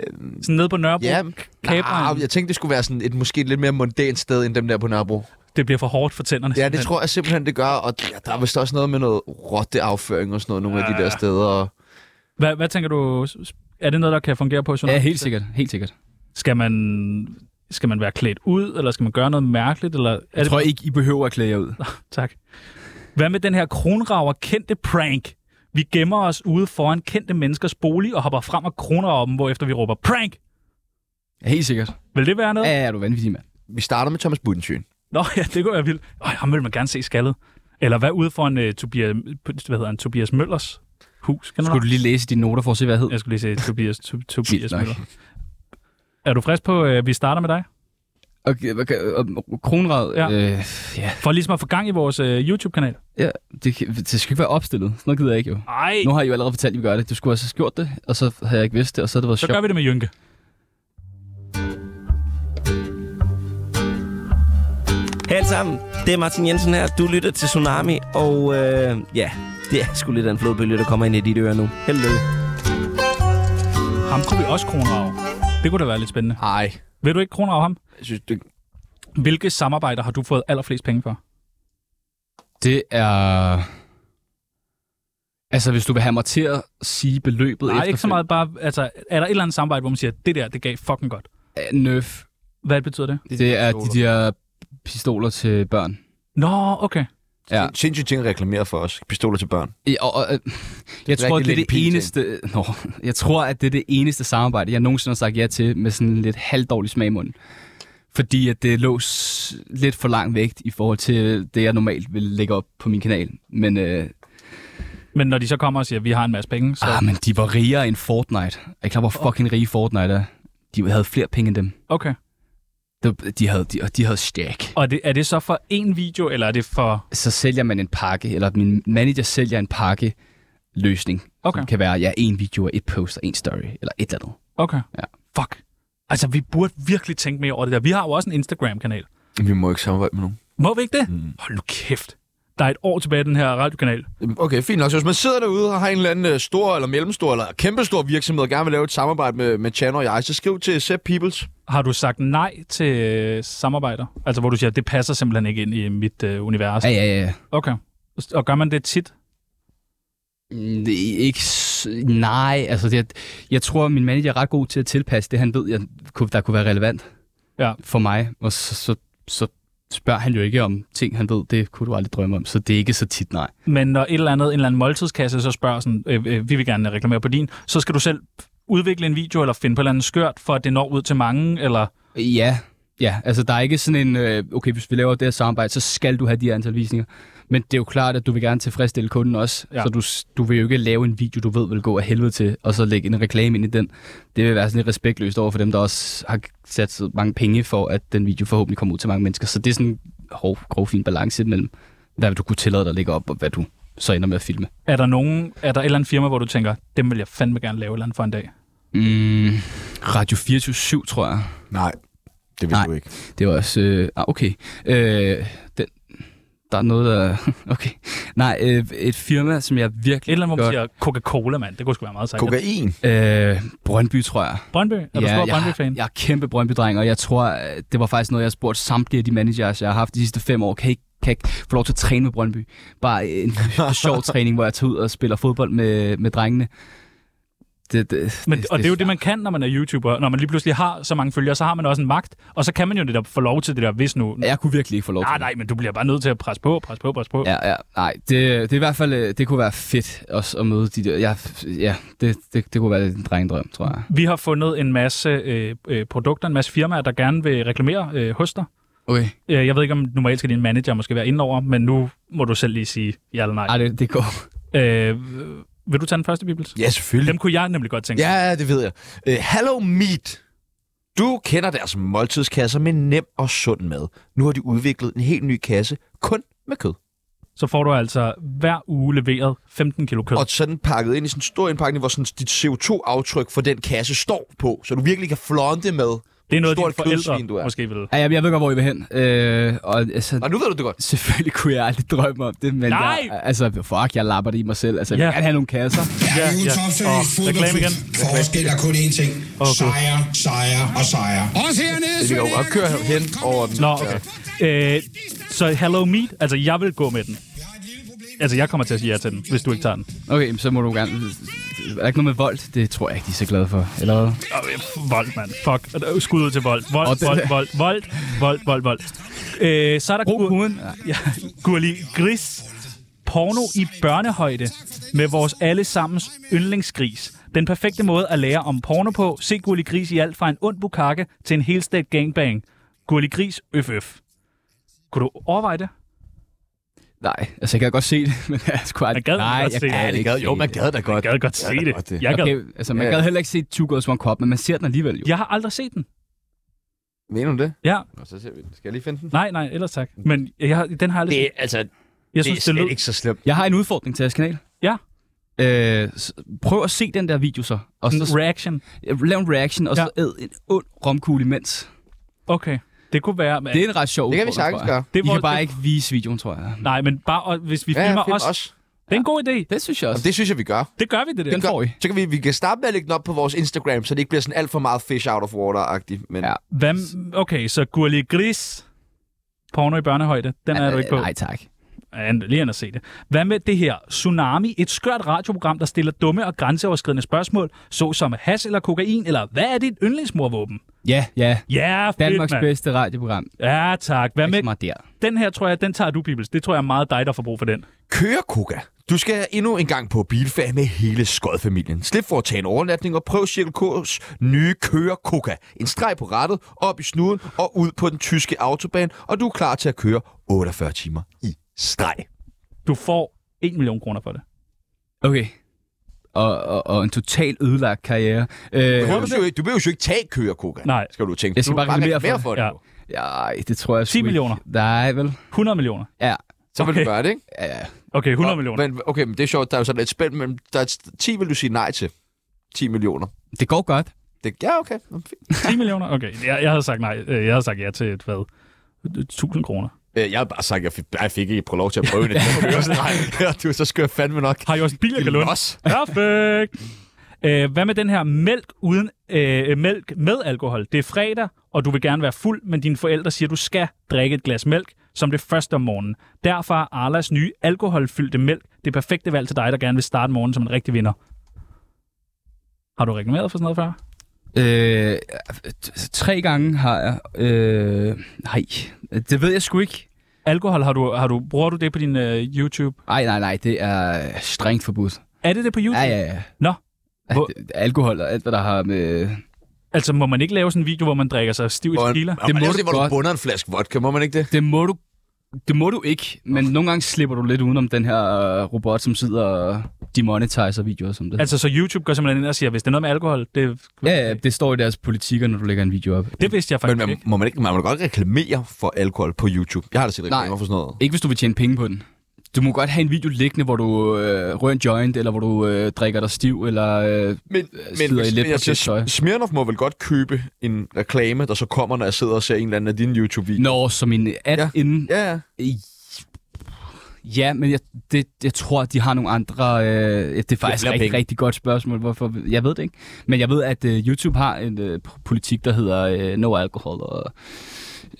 S2: Sådan nede på Nørrebro?
S1: Ja,
S2: Kagebrand.
S1: nej, jeg tænkte, det skulle være sådan et måske lidt mere mondænt sted, end dem der på Nørrebro.
S2: Det bliver for hårdt for tænderne.
S1: Ja, det
S2: simpelthen.
S1: tror jeg simpelthen, det gør. Og ja, der er vist også noget med noget rotteafføring og sådan noget, nogle af
S2: Ah.
S1: de der steder. Og...
S2: Hvad, hvad tænker du? Er det noget, der kan fungere på? Sådan
S5: ja, helt sikkert. Helt sikkert.
S2: Skal man, skal man være klædt ud, eller skal man gøre noget mærkeligt? Eller er
S5: Jeg
S2: det...
S5: tror ikke, I behøver at klæde jer ud.
S2: Tak. Hvad med den her kronraver kendte prank? Vi gemmer os ude foran kendte menneskers bolig og hopper frem og kronraver dem, hvorefter vi råber prank.
S5: Ja, helt sikkert.
S2: Vil det være noget?
S5: Ja, er du vanvittig, mand.
S1: Vi starter med Thomas Budensyn.
S2: Nå ja, det kunne være vildt. Øj, ham vil man gerne se skaldet. Eller hvad ude foran uh, Tobias, hvad hedder han, Tobias Møllers hus? Kan
S5: Skulle du lige læse dine noter for at se, hvad jeg hed?
S2: Jeg skulle lige se Tobias, to, Tobias
S5: Vildt nok.
S2: Møller. Er du frisk på, at vi starter med dig?
S5: Okay, okay, og Kronrad,
S2: Ja.
S5: ja. Øh, ja,
S2: For ligesom at få gang i vores øh, YouTube-kanal.
S5: ja det, kan- det skal ikke være opstillet. Sådan noget gider jeg ikke jo.
S2: Ej,
S5: Nu har I jo allerede fortalt, at vi gør det. Du skulle altså have gjort det, og så havde jeg ikke vidst det, og så havde det været
S2: så gør
S5: sjovt.
S2: vi det med Jynke.
S12: Hej alle sammen, det er Martin Jensen her. Du lytter til Tsunami, og øh, ja, det er sgu lidt af en flodbølge, der kommer ind i dit øre nu. Held og lykke.
S2: Ham kunne vi også kronrave. Det kunne da være lidt spændende.
S5: Ah.
S1: Nej.
S2: Vil du ikke kronrave ham?
S1: Jeg synes, det...
S2: Hvilke samarbejder har du fået allerflest penge for?
S5: Det er... Altså, hvis du vil have mig til at sige beløbet
S2: Nej, ikke så
S5: efterfølgende.
S2: meget bare... Altså, er der et eller andet samarbejde, hvor man siger, det der, det gav fucking godt?
S5: Nerf.
S2: Hvad betyder det?
S5: Det er de der pistoler til børn.
S2: Nå, okay.
S1: Ja. Sindssygt ting at reklamere for os. Pistoler til børn.
S5: Ja, og, og, øh, jeg
S1: rigtig
S5: tror, det er
S1: lidt en
S5: det
S1: pinlig ting.
S5: eneste... Nå, jeg tror, at det er det eneste samarbejde, jeg nogensinde har sagt ja til med sådan lidt halvdårlig smag i munden. Fordi at det lå s- lidt for langt væk i forhold til det, jeg normalt vil lægge op på min kanal. Men, øh,
S2: Men når de så kommer og siger, at vi har en masse penge, så...
S5: ah, men de var rigere end Fortnite. Er I klar, hvor fucking rige Fortnite er? De havde flere penge end dem.
S2: Okay.
S5: De- De havde, de, og de havde stjæk.
S2: Og er det, er det så for en video, eller er det for...
S5: Så sælger man en pakke, eller min manager sælger en pakke løsning.
S2: Okay.
S5: Som kan være, ja, en video og et post og en story, eller et eller andet.
S2: Okay.
S5: Ja.
S2: Fuck. Altså, vi burde virkelig tænke mere over det der. Vi har jo også en Instagram-kanal.
S1: Vi må ikke samarbejde med nogen.
S2: Må vi ikke det? Mm. Hold nu kæft. Der er et år tilbage i den her radiokanal.
S1: Øhm, Okay, fint nok. Så hvis man sidder derude og har en eller anden øh, stor eller mellemstor eller kæmpestor virksomhed og gerne vil lave et samarbejde med, med Chan og jeg, så skriv til Sepp Peoples.
S2: Har du sagt nej til øh, samarbejder? Altså, hvor du siger, det passer simpelthen ikke ind i mit øh, univers.
S5: Ja, ja, ja, ja.
S2: Okay. Og gør man det tit?
S5: Mm, Det er ikke... s- Nej, altså jeg, jeg tror, at min manager er ret god til at tilpasse det, han ved, jeg, kunne- der kunne være relevant
S2: ja.
S5: for mig. Og så, så, så spørger han jo ikke om ting, han ved, det kunne du aldrig drømme om. Så det er ikke så tit, nej.
S2: Men når et eller andet, en eller anden måltidskasse så spørger sådan, øh, øh, vi vil gerne reklamere på din, så skal du selv udvikle en video eller finde på et eller andet skørt, for at det når ud til mange, eller...
S5: Ja, ja. Altså, der er ikke sådan en, øh, okay, hvis vi laver det her samarbejde, så skal du have de her antal visninger. Men det er jo klart, at du vil gerne tilfredsstille kunden også.
S2: Ja.
S5: Ja. Så du, s- du vil jo ikke lave en video, du ved vil gå af helvede til, og så lægge en reklame ind i den. Det vil være sådan lidt respektløst over for dem, der også har sat så mange penge for, at den video forhåbentlig kommer ud til mange mennesker. Så det er sådan en hård, grov, fin balance mellem, hvad du kunne tillade dig at lægge op, og hvad du så ender med at filme.
S2: Er der nogen, er der et eller andet firma, hvor du tænker, dem vil jeg fandme gerne lave et eller andet for en dag?
S5: Mm, Radio 24 tror jeg.
S1: Nej, det vil
S5: Nej,
S1: du ikke.
S5: det var også... Øh, ah, okay. Øh, den, der er noget, der... Okay. Nej, øh, et firma, som jeg
S2: Et
S5: virkelig
S2: eller andet, hvor man
S5: godt-
S2: siger Coca-Cola, mand. Det kunne sgu være meget sejt.
S1: Kokain.
S5: Øh, Brøndby, tror jeg.
S2: Brøndby? Er du stor Brøndby-fan?
S5: Jeg, jeg er kæmpe Brøndby-dreng, og jeg tror, øh, det var faktisk noget, jeg spurgte samtlige af de managers, jeg har haft de sidste fem år. Kan I ikke kan I ikke få lov til at træne med Brøndby. Bare en sjov træning, hvor jeg tager ud og spiller fodbold med, med drengene. Det, det,
S2: Men, og det er jo det, man kan, når man er YouTuber. Når man lige pludselig har så mange følgere, så har man også en magt. Og så kan man jo det der få lov til det der, hvis nu...
S5: Jeg kunne virkelig ikke få lov til
S2: Nej,
S5: det.
S2: Ah, nej, men du bliver bare nødt til at presse på, presse på, presse på.
S5: Ja, ja, nej, det, det er i hvert fald, øh, det kunne være fedt også at møde de der, ja, ja det, det, det kunne være lidt en drengedrøm, tror jeg.
S2: Vi har fundet en masse øh, øh, produkter, en masse firmaer, der gerne vil reklamere øh, hos dig.
S5: Okay.
S2: Øh, Jeg ved ikke, om normalt skal din manager måske være indover, men nu må du selv lige sige ja eller nej.
S5: Ej, det, det går.
S2: Øh, vil du tage den første, Bibels?
S1: Ja, selvfølgelig.
S2: Dem kunne jeg nemlig godt tænke.
S1: Ja, det ved jeg. Øh, Hello Meat. Du kender deres måltidskasser med nem og sund mad. Nu har de udviklet en helt ny kasse, kun med kød.
S2: Så får du altså hver uge leveret 15 kilo kød.
S1: Og sådan pakket ind i sådan en stor indpakning, hvor sådan dit CO2-aftryk for den kasse står på, så du virkelig kan flonte med,
S2: det er noget,
S1: hvor
S2: dine
S1: stort
S2: forældre
S1: kødsvin du er.
S2: måske vil.
S5: Ja, jeg, jeg ved godt, hvor I vil hen. Øh, og, altså,
S1: Og nu ved du det godt.
S5: selvfølgelig kunne jeg aldrig drømme om det, men
S2: Nej!
S5: Jeg, altså, fuck, jeg lapper det i mig selv. Altså, jeg
S2: Ja.
S5: vil gerne have nogle kasser.
S2: Ja,
S3: Ja,
S2: ja.
S3: ja.
S2: Åh,
S3: Oh,
S2: reklame igen.
S3: Forskel er kun én ting.
S2: Åh, Gud.
S3: Sejre, sejre og sejre. Også hernede,
S1: Det kan jo
S3: Svend
S1: godt køre
S3: Jakobsen.
S1: hen over den.
S2: Nå, okay. Øh, så Hello Meat, altså jeg vil gå med den. Altså jeg kommer til at sige ja til den, hvis du ikke tager den.
S5: Okay, så må du gerne... Er der ikke noget med vold? Det tror jeg ikke, de er så glade for. Eller hvad?
S2: Oh, vold, mand. Fuck. Og der er Skud ud til vold. Vold,
S5: Og den
S2: vold,
S5: der.
S2: vold, vold, vold, vold, vold. Øh, så er der gur- ja, gurli gris. Porno i børnehøjde med vores allesammens yndlingsgris. Den perfekte måde at lære om porno på. Se Gurli Gris i alt fra en ond bukakke til en helstegt gangbang. Gurli Gris, øf, øf. Kunne du overveje det?
S5: Nej, altså, jeg kan godt se det, men jeg skulle
S2: Man
S5: aldrig...
S2: gad
S5: Nej,
S2: godt
S5: jeg
S2: se det.
S5: kan
S2: Ja, det
S5: ikke
S1: Gad, jo,
S5: se
S1: man
S5: det.
S1: gad da godt.
S2: Jeg gad godt se
S1: Ja,
S2: det.
S1: godt, det.
S2: Jeg, gad.
S5: Okay, altså, man
S1: Ja.
S5: gad heller ikke se Two Girls One Cup, men man ser den alligevel jo.
S2: jeg har aldrig set den.
S1: Mener du det?
S2: Ja,
S1: Nå, så ser vi den. Skal jeg lige finde den?
S2: nej, nej, ellers tak. Men jeg, har- den har jeg aldrig set.
S1: altså,
S2: Jeg synes, det, lød...
S1: ikke så slemt.
S5: Jeg har en udfordring til jeres kanal.
S2: Ja.
S5: Øh, s- prøv at se den der video så. Og så
S2: Reaction.
S5: lav en reaction, og så æd en ond romkugle imens.
S2: Okay. Det kunne være... Men,
S5: Det er en ret sjov
S13: Det kan vi
S5: udfordring,
S13: sagtens
S5: tror jeg.
S13: gøre.
S5: Det
S2: Vi kan
S5: var, kan bare
S2: det-
S5: ikke vise videoen, tror jeg.
S2: Nej, men bare og- hvis vi
S13: Ja,
S2: filmer
S13: film
S2: os.
S13: os.
S2: Det er en god idé.
S5: Det synes jeg
S13: Jamen, det synes jeg, vi gør.
S2: Det gør vi, det der.
S13: Det gør- Så kan vi, vi kan starte med at lægge den op på vores Instagram, så det ikke bliver sådan alt for meget fish out of water-agtigt. Men... Ja.
S2: Hvad, okay, så Gurli Gris, porno i børnehøjde, den er
S5: Ja,
S2: du ikke på.
S5: nej, tak.
S2: Ja, Lige end at se det. Hvad med det her Tsunami, et skørt radioprogram, der stiller dumme og grænseoverskridende spørgsmål, såsom has eller kokain, eller hvad er dit yndlingsmorvåben?
S5: Ja, ja.
S2: Ja, fedt,
S5: Danmarks
S2: mand.
S5: bedste radioprogram.
S2: Ja, tak. Hvad med
S5: der.
S2: den her, tror jeg, den tager du, Bibels. Det tror jeg er meget dig, der får brug for den.
S1: Kørekoga. Du skal endnu en gang på bilferie med hele skodfamilien. Slip for at tage en overnatning og prøv Cirkel K's nye kørekoga. En streg på rattet, op i snuden og ud på den tyske autobahn, og du er klar til at køre 48 timer i streg.
S2: Du får 1 million kroner for det.
S5: Okay. Og, og, og en total ødelagt karriere. Øh,
S1: Du behøver, jo, ikke- du behøver jo ikke tage kørekoga,
S2: Nej.
S1: skal du tænke.
S5: Jeg skal
S1: Du
S5: bare
S1: kan
S5: reklamere
S1: reklamere
S5: for
S1: for
S5: det.
S1: det.
S2: Ja.
S1: jo.
S5: Nej, det tror jeg sgu
S2: 10
S5: ikke.
S2: millioner.
S5: Nej, vel?
S2: 100 millioner.
S5: Ja.
S1: Så vil
S2: Okay.
S1: du gøre det, ikke?
S5: Ja, ja.
S2: Okay, 100
S1: Nå,
S2: millioner.
S1: Men, okay, men det er sjovt. Der er jo sådan et spænd mellem... Der er et, 10 vil du sige nej til. 10 millioner.
S5: Det går godt.
S1: Det, ja, okay. Nå, fint.
S2: 10 millioner? Okay, jeg, jeg havde sagt nej. Øh, Jeg havde sagt ja til, hvad? 1000 kroner.
S1: Øh, Jeg har bare sagt, at jeg fik, jeg fik ikke prøv lov til at prøve det. Det var sådan, "Nej, du, så skal jeg fandme nok.
S2: Har I også en bil, jeg kan låne?
S1: Los.
S2: Perfekt! Øh, hvad med den her mælk uden øh, mælk med alkohol? Det er fredag, og du vil gerne være fuld, men dine forældre siger, at du skal drikke et glas mælk som det første om morgenen. Derfor er Arlas nye alkoholfyldte mælk det perfekte valg til dig, der gerne vil starte morgenen som en rigtig vinder. Har du reklameret for sådan noget før?
S5: Øh, t- tre gange har jeg... Øh, nej, det ved jeg sgu ikke.
S2: Alkohol, har du, har du, bruger du det på din øh, YouTube?
S5: Nej, nej, nej, det er strengt forbudt.
S2: Er det det på YouTube?
S5: Ja, ja, ja.
S2: Nå, Hvor-
S5: Al- Alkohol og alt, hvad der har med...
S2: altså må man ikke lave sådan en video, hvor man drikker sig stiv i
S1: Hvor,
S2: tequila?
S1: det må du hvor du
S5: godt.
S1: bunder en flaske vodka, må man ikke det?
S5: Det må du, det må du ikke, men nogle gange slipper du lidt udenom den her øh, robot, som sidder og demonetiser videoer, som det
S2: Altså, så YouTube går simpelthen ind og siger, hvis det er noget med alkohol, det,
S5: hedder. Ja, ja, det står i deres politikker, når du lægger en video op.
S2: det vidste jeg
S1: Men
S2: faktisk
S1: man,
S2: ikke.
S1: må man ikke man må godt reklamere for alkohol på YouTube. Jeg har da set reklamer for sådan noget.
S5: Ikke hvis du vil tjene penge på den. Du må godt have en video liggende, hvor du øh, rører en joint, eller hvor du øh, drikker dig stiv, eller øh,
S1: Men, men,
S5: sidder i
S1: hvis-
S5: lidt
S1: men jeg
S5: på tøj.
S1: siger, Smirnoff må vel godt købe en reklame, der så kommer, når jeg sidder og ser en eller anden af dine YouTube-videoer.
S5: Nå, som en ad ja. inden.
S1: Ja, ja.
S5: Øh, Ja, men jeg, det, jeg tror, de har nogle andre... Øh, det er faktisk
S1: flere
S5: et rigtig,
S1: penge.
S5: rigtig godt spørgsmål. Hvorfor? Jeg ved det ikke. Men jeg ved, at øh, YouTube har en øh, p- politik, der hedder øh, no alcohol og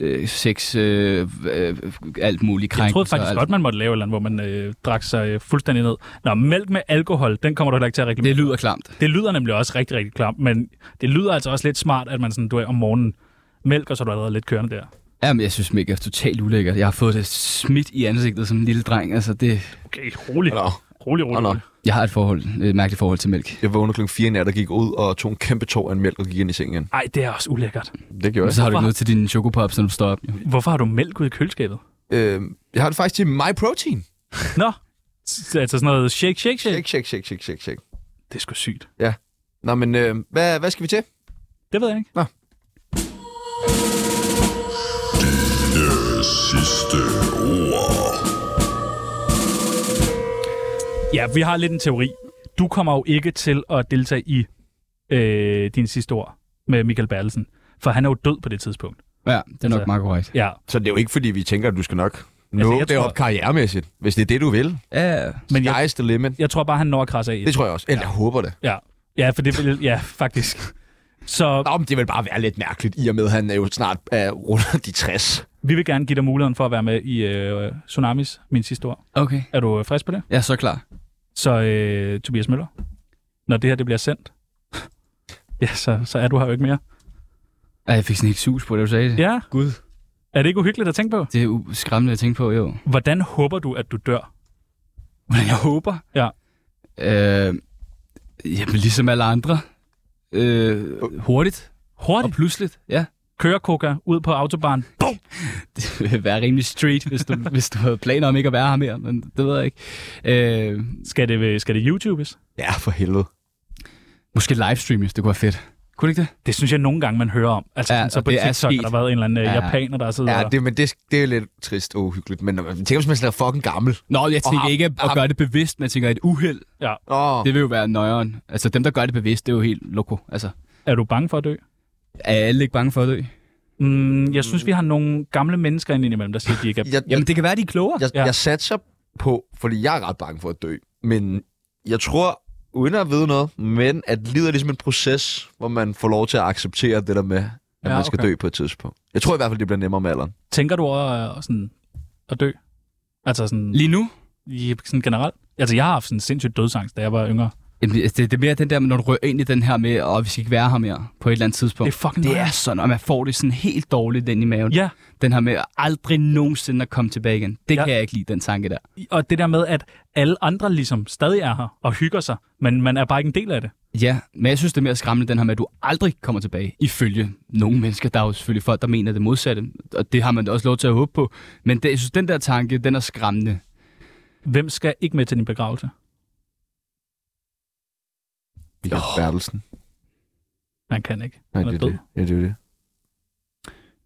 S5: øh, sex, øh, øh, alt muligt
S2: Jeg troede
S5: krænkelser og
S2: faktisk
S5: alt.
S2: godt, man måtte lave et eller andet, hvor man øh, drak sig øh, fuldstændig ned. Nå, mælk med alkohol, den kommer du heller ikke til at reklamere.
S5: Det lyder klamt.
S2: det lyder nemlig også rigtig, rigtig klamt, men det lyder altså også lidt smart, at man sådan, du er om morgenen mælk, og så er du allerede lidt kørende der.
S5: Jamen, jeg synes, det er totalt ulækkert. Jeg har fået det smidt i ansigtet som en lille dreng. Altså, det,
S2: Okay, rolig.
S1: Nå,
S2: Rolig, rolig.
S1: nå.
S2: rolig.
S5: jeg har et, forhold, et mærkeligt forhold til mælk.
S1: jeg vågnede klokken 4 i nat og gik ud og tog en kæmpe tår af en mælk og gik ind i sengen igen.
S2: Ej, det er også ulækkert.
S1: Det gjorde
S5: Og
S1: jeg.
S5: så har du ikke noget til din chokopops, når du står op. jo.
S2: Hvorfor har du mælk ude i køleskabet?
S1: Øh, jeg har det faktisk til MyProtein.
S2: Nå, s- altså sådan noget shake, shake, shake.
S1: Check, check, check, check, check, check.
S2: Det er sgu sygt.
S1: Nå, men øh, hvad, hvad skal vi til?
S2: Det ved jeg ikke.
S6: Det sidste ord.
S2: Ja, vi har lidt en teori. Du kommer jo ikke til at deltage i øh, din sidste ord med Michael Bertelsen, for han er jo død på det tidspunkt.
S5: Ja, det er
S2: Altså-
S5: nok meget korrekt.
S2: Ja,
S1: Så det er jo ikke, fordi vi tænker, at du skal nok nå
S2: jeg
S1: altså, det
S2: tror-
S1: op karrieremæssigt, hvis det er det, du vil.
S5: Ja,
S2: men jeg,
S1: Sky's the limit.
S2: jeg tror bare, han når at krasse af.
S1: Det tror jeg også. Eller ja. jeg håber det.
S2: Ja, ja for det vil... Ja, faktisk. Så
S1: Nå, men det vil bare være lidt mærkeligt, i og med, at han er jo snart er rundt de 60.
S2: vi vil gerne give dig muligheden for at være med i øh, Tsunamis, min sidste ord.
S5: okay.
S2: Er du øh, frisk på det?
S5: Jeg er så klar.
S2: Så øh, Tobias Møller, når det her det bliver sendt, ja, så, så er du her jo ikke mere.
S5: Ej, jeg fik sådan helt sus på, da du sagde det.
S2: Ja,
S5: Gud.
S2: er det ikke uhyggeligt at tænke på?
S5: Det er u- skræmmende at tænke på, jo.
S2: Hvordan håber du, at du dør?
S5: Hvordan jeg håber.
S2: Ja.
S5: Øh, jamen, ligesom alle andre. Øh, hurtigt. Og
S2: Hurtigt.
S5: pludseligt, ja.
S2: Køre koka ud på autobahn.
S5: Det ville være rimelig street, hvis du, hvis du havde planer om ikke at være her mere, men det ved jeg ikke. Øh,
S2: Skal det, øh, skal det YouTubes?
S1: Ja, for helvede.
S5: måske livestreames, det kunne være fedt. Kunne det ikke det?
S2: Det synes jeg nogle gange, man hører om. Altså,
S5: Ja,
S2: ja, så
S5: og
S2: på
S5: det er
S2: TikTok har
S5: sket.
S2: der været en eller anden ja.
S5: Ja.
S2: japaner, der har siddet
S1: Ja,
S2: og...
S1: det, men det, det er lidt trist og uhyggeligt. Men når man tænker, hvis man sådan er fucking gammel.
S5: Nå, jeg tænker
S1: har-
S5: ikke at gøre det bevidst, men jeg tænker et uheld.
S1: Åh,
S5: Det vil jo være nøjeren. Altså dem, der gør det bevidst, det er jo helt loko. Altså,
S2: Er du bange for at dø?
S5: er alle ikke bange for at dø?
S2: Mm, jeg synes, vi har nogle gamle mennesker ind imellem, der siger, at de ikke er...
S1: Jeg, Jamen,
S5: det kan være, de er klogere.
S1: Jeg, ja. jeg satser på, fordi jeg er ret bange for at dø, men jeg tror, uden at vide noget, men at livet er ligesom en proces, hvor man får lov til at acceptere det der med, at ja,
S2: Ja,
S1: man skal
S2: okay.
S1: dø på et tidspunkt. Jeg tror i hvert fald, det bliver nemmere med alderen.
S2: Tænker du over øh, sådan, at dø? Altså sådan...
S5: Lige nu?
S2: I, sådan generelt? Altså, jeg har haft sådan sindssygt dødsangst, da jeg var yngre.
S5: Jamen, det, det, er mere den der, når du rører ind i den her med, og vi skal ikke være her mere på et eller andet tidspunkt.
S2: Det er fucking
S5: Det
S2: nøjeren.
S5: er sådan, og man får det sådan helt dårligt ind i maven.
S2: Ja.
S5: Den her med at aldrig nogensinde at komme tilbage igen. Det ja. kan jeg ikke lide, den tanke der.
S2: Og det der med, at alle andre ligesom stadig er her og hygger sig, men man er bare ikke en del af det.
S5: Ja, men jeg synes, det er mere skræmmende, den her med, at du aldrig kommer tilbage, ifølge nogle mennesker. Der er jo selvfølgelig folk, der mener det modsatte, og det har man da også lov til at håbe på. Men det, jeg synes, den der tanke, den er skræmmende.
S2: Hvem skal ikke med til din begravelse?
S1: Michael oh. Bertelsen.
S2: Man kan ikke.
S1: Nej,
S2: Han
S1: det
S2: er
S1: er det.
S2: død.
S1: Ja, det er det.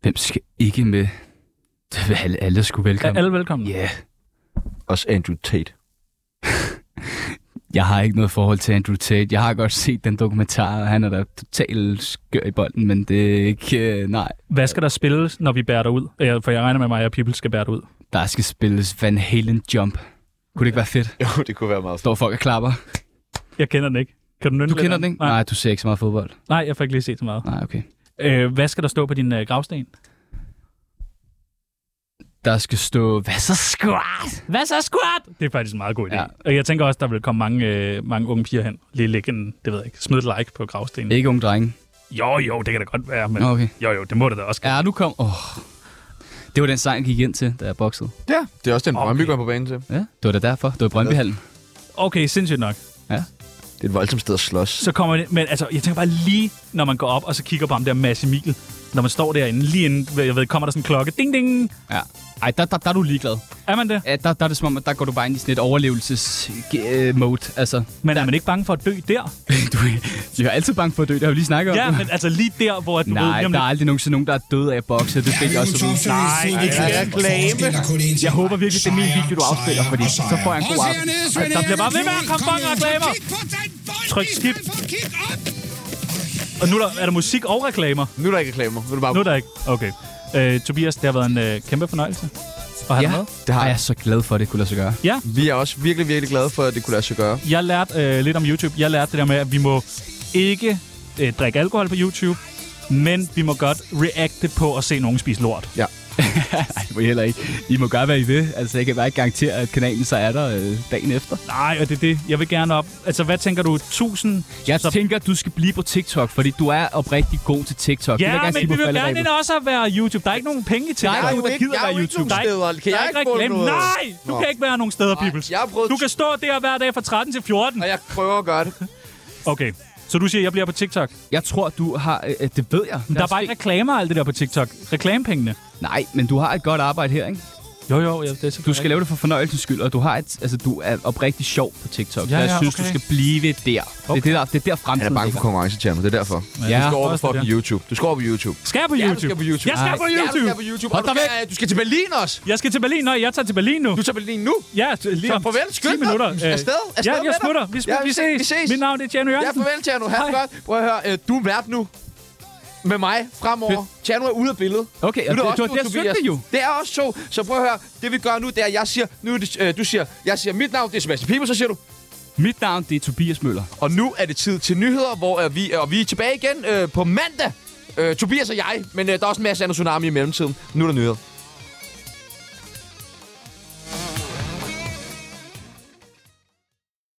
S5: Hvem skal ikke med? Det vil alle, alle skulle velkommen.
S2: Er alle velkommen?
S5: Ja. Yeah.
S1: Også Andrew Tate.
S5: Jeg har ikke noget forhold til Andrew Tate. Jeg har godt set den dokumentar, og han er da totalt skør i bolden, men det er ikke... Øh, nej.
S2: Hvad skal der spilles, når vi bærer dig ud? Øh, For jeg regner med, at mig og People skal bære dig ud.
S5: Der skal spilles Van Halen Jump. Kunne det ikke være fedt?
S1: Jo, det kunne være meget
S5: Står folk og klapper.
S2: Jeg kender den ikke. Kan du nynne
S5: Du
S2: lidt
S5: kender
S2: af
S5: den, ikke? Nej. Nej, du ser ikke så meget fodbold.
S2: Nej, jeg får ikke lige set så meget.
S5: Nej, okay.
S2: Øh, hvad skal der stå på din øh, gravsten?
S5: Der skal stå, hvad så squat?
S14: Hvad så squat?
S2: Det er faktisk en meget god idé. Ja. Og jeg tænker også, der vil komme mange, øh, mange unge piger hen. Lige lægge en, det ved jeg ikke, smid et like på gravstenen.
S5: Ikke unge drenge.
S2: Jo, jo, det kan da godt være, men
S5: Nå, okay.
S2: jo, jo, det må det da også.
S5: Ja, nu kom... Oh. Det var den sang, jeg gik ind til, da jeg boxede.
S1: Ja, det er også den okay. Brøndby går på banen til.
S5: Ja. Det var da derfor. Det var Brøndbyhallen.
S2: Okay, sindssygt nok.
S5: Ja.
S1: Det er et voldsomt sted at slås.
S2: Så kommer det, men altså, jeg tænker bare lige, når man går op og så kigger på ham der Mads Mikkel, når man står derinde, lige inden, hvad jeg ved, kommer der sådan en klokke, ding, ding.
S5: Ja. Ej, der, der, der er du ligeglad.
S2: Er man det?
S5: Ja, der, der er det som om, at der går du bare ind i sådan et overlevelses-mode. Altså,
S2: Men er man ikke bange for at dø der?
S5: du, jeg er altid bange for at dø, det har vi lige snakket om.
S2: Ja, men altså lige der, hvor du ved,
S5: Nej,
S2: lige om
S5: der er
S2: lidt-
S5: aldrig nogensinde nogen, der er døde af at bokse. Det fik jeg også at vide.
S2: Nej, ikke reklame. Jeg håber virkelig, det er min video, du afspiller, fordi så får jeg en god aften. Altså, der bliver bare ved med at komme mange reklamer. Tryk skip. Og nu er der, er der musik og reklamer.
S1: Nu er der ikke reklamer. Nu er, bare...
S2: nu er der ikke. Okay. Øh, Tobias, det har været en øh, kæmpe fornøjelse at have dig med.
S5: det har jeg så glad for, at det kunne lade sig gøre.
S2: Ja.
S1: Vi er også virkelig, virkelig glade for, at det kunne lade sig gøre.
S2: Jeg lærte øh, lidt om YouTube. Jeg lærte det der med, at vi må ikke øh, drikke alkohol på YouTube, men vi må godt reacte på at se nogen spise lort.
S1: Ja.
S5: Nej, det må I heller ikke. I må gøre, hvad I vil. Altså, jeg kan bare ikke garantere, at kanalen så er der øh, dagen efter.
S2: Nej, og det er det. Jeg vil gerne op. Altså, hvad tænker du? 1000?
S5: Jeg så... tænker, at du skal blive på TikTok, fordi du er oprigtig god til TikTok. Det vil jeg
S2: Ja,
S5: gerne sige
S2: men
S5: på
S2: vi vil
S5: falderebet.
S2: gerne ind også at være YouTube. Der er ikke nogen penge til
S5: Jeg er
S2: dig,
S5: jo
S2: der
S5: ikke-
S2: gider
S5: jeg er
S2: være
S5: jo ikke
S2: YouTube.
S5: nogen
S2: Der er ikke-
S1: steder. Kan
S2: der
S1: jeg
S2: er
S1: ikke få
S2: reklame.
S1: noget?
S2: Nej, du
S1: Nå.
S2: kan ikke være nogen steder, Peoples.
S1: jeg har prøvet-
S2: Du kan stå der hver dag fra 13 til 14.
S1: Og jeg prøver at gøre det.
S2: Okay, så du siger, at jeg bliver på TikTok.
S5: Jeg tror, du har... Øh, øh, det ved jeg.
S2: Men der er bare ikke reklamer og alt det der på TikTok. Reklamepengene.
S5: Nej, men du har et godt arbejde her, ikke?
S2: Jo, jo, ja, det er så
S5: Du skal lave det for fornøjelsens skyld, og du, har et, altså, du er oprigtig sjov på TikTok.
S2: Ja,
S5: så jeg
S2: ja,
S5: synes,
S2: okay.
S5: du skal blive der. Okay. Det, er det, der, det er der
S1: Han er
S5: fremtiden
S1: bange for
S5: ligger.
S1: konkurrence, Tjerno. Det er derfor.
S5: Ja.
S1: Du skal over på
S2: Også det
S1: fucking YouTube. Du skal over på YouTube.
S2: Skal jeg på
S1: Ja, du
S2: YouTube?
S1: skal på YouTube.
S2: Jeg skal
S1: Ej.
S2: på
S1: Ja, du
S2: YouTube.
S1: skal på YouTube.
S5: Hold
S1: Og du
S5: dig
S1: skal- Du skal til Berlin også.
S2: Jeg skal til Berlin. Nå, jeg tager til Berlin nu.
S1: Du tager Berlin nu.
S2: Ja, t- lige
S1: Så
S2: om
S1: farvel,
S2: 10
S1: skynd dig.
S2: minutter. Øh,
S1: Afsted, afsted
S2: Ja,
S1: med
S2: jeg
S1: dig.
S2: smutter. Vi, sm-
S1: Ja,
S2: vi,
S1: vi ses,
S2: ses.
S1: vi ses.
S2: Mit navn det er Tjerno
S1: Ja,
S2: Jørgensen.
S1: farvel, Tjerno. Ha' det
S2: Hej.
S1: godt. Prøv at høre. øh, Du er vært nu. Med mig fremover. Tjerno er ude af billedet.
S5: Okay, og
S1: nu
S5: det,
S1: er
S5: det,
S1: også
S5: det,
S1: to,
S5: det er synd,
S1: Tobias.
S5: jo.
S1: Det er også to. Så prøv at høre. Det vi gør nu, det er, at jeg siger, nu er det, øh, du siger, jeg siger mit navn, det er Sebastian Pibe, så siger du.
S5: Mit navn, det er Tobias Møller.
S1: Og nu er det tid til nyheder, hvor øh, vi, øh, og vi er tilbage igen øh, på mandag. Øh, Tobias og jeg, men øh, der er også en masse andet tsunami i mellemtiden. Nu er der nyheder.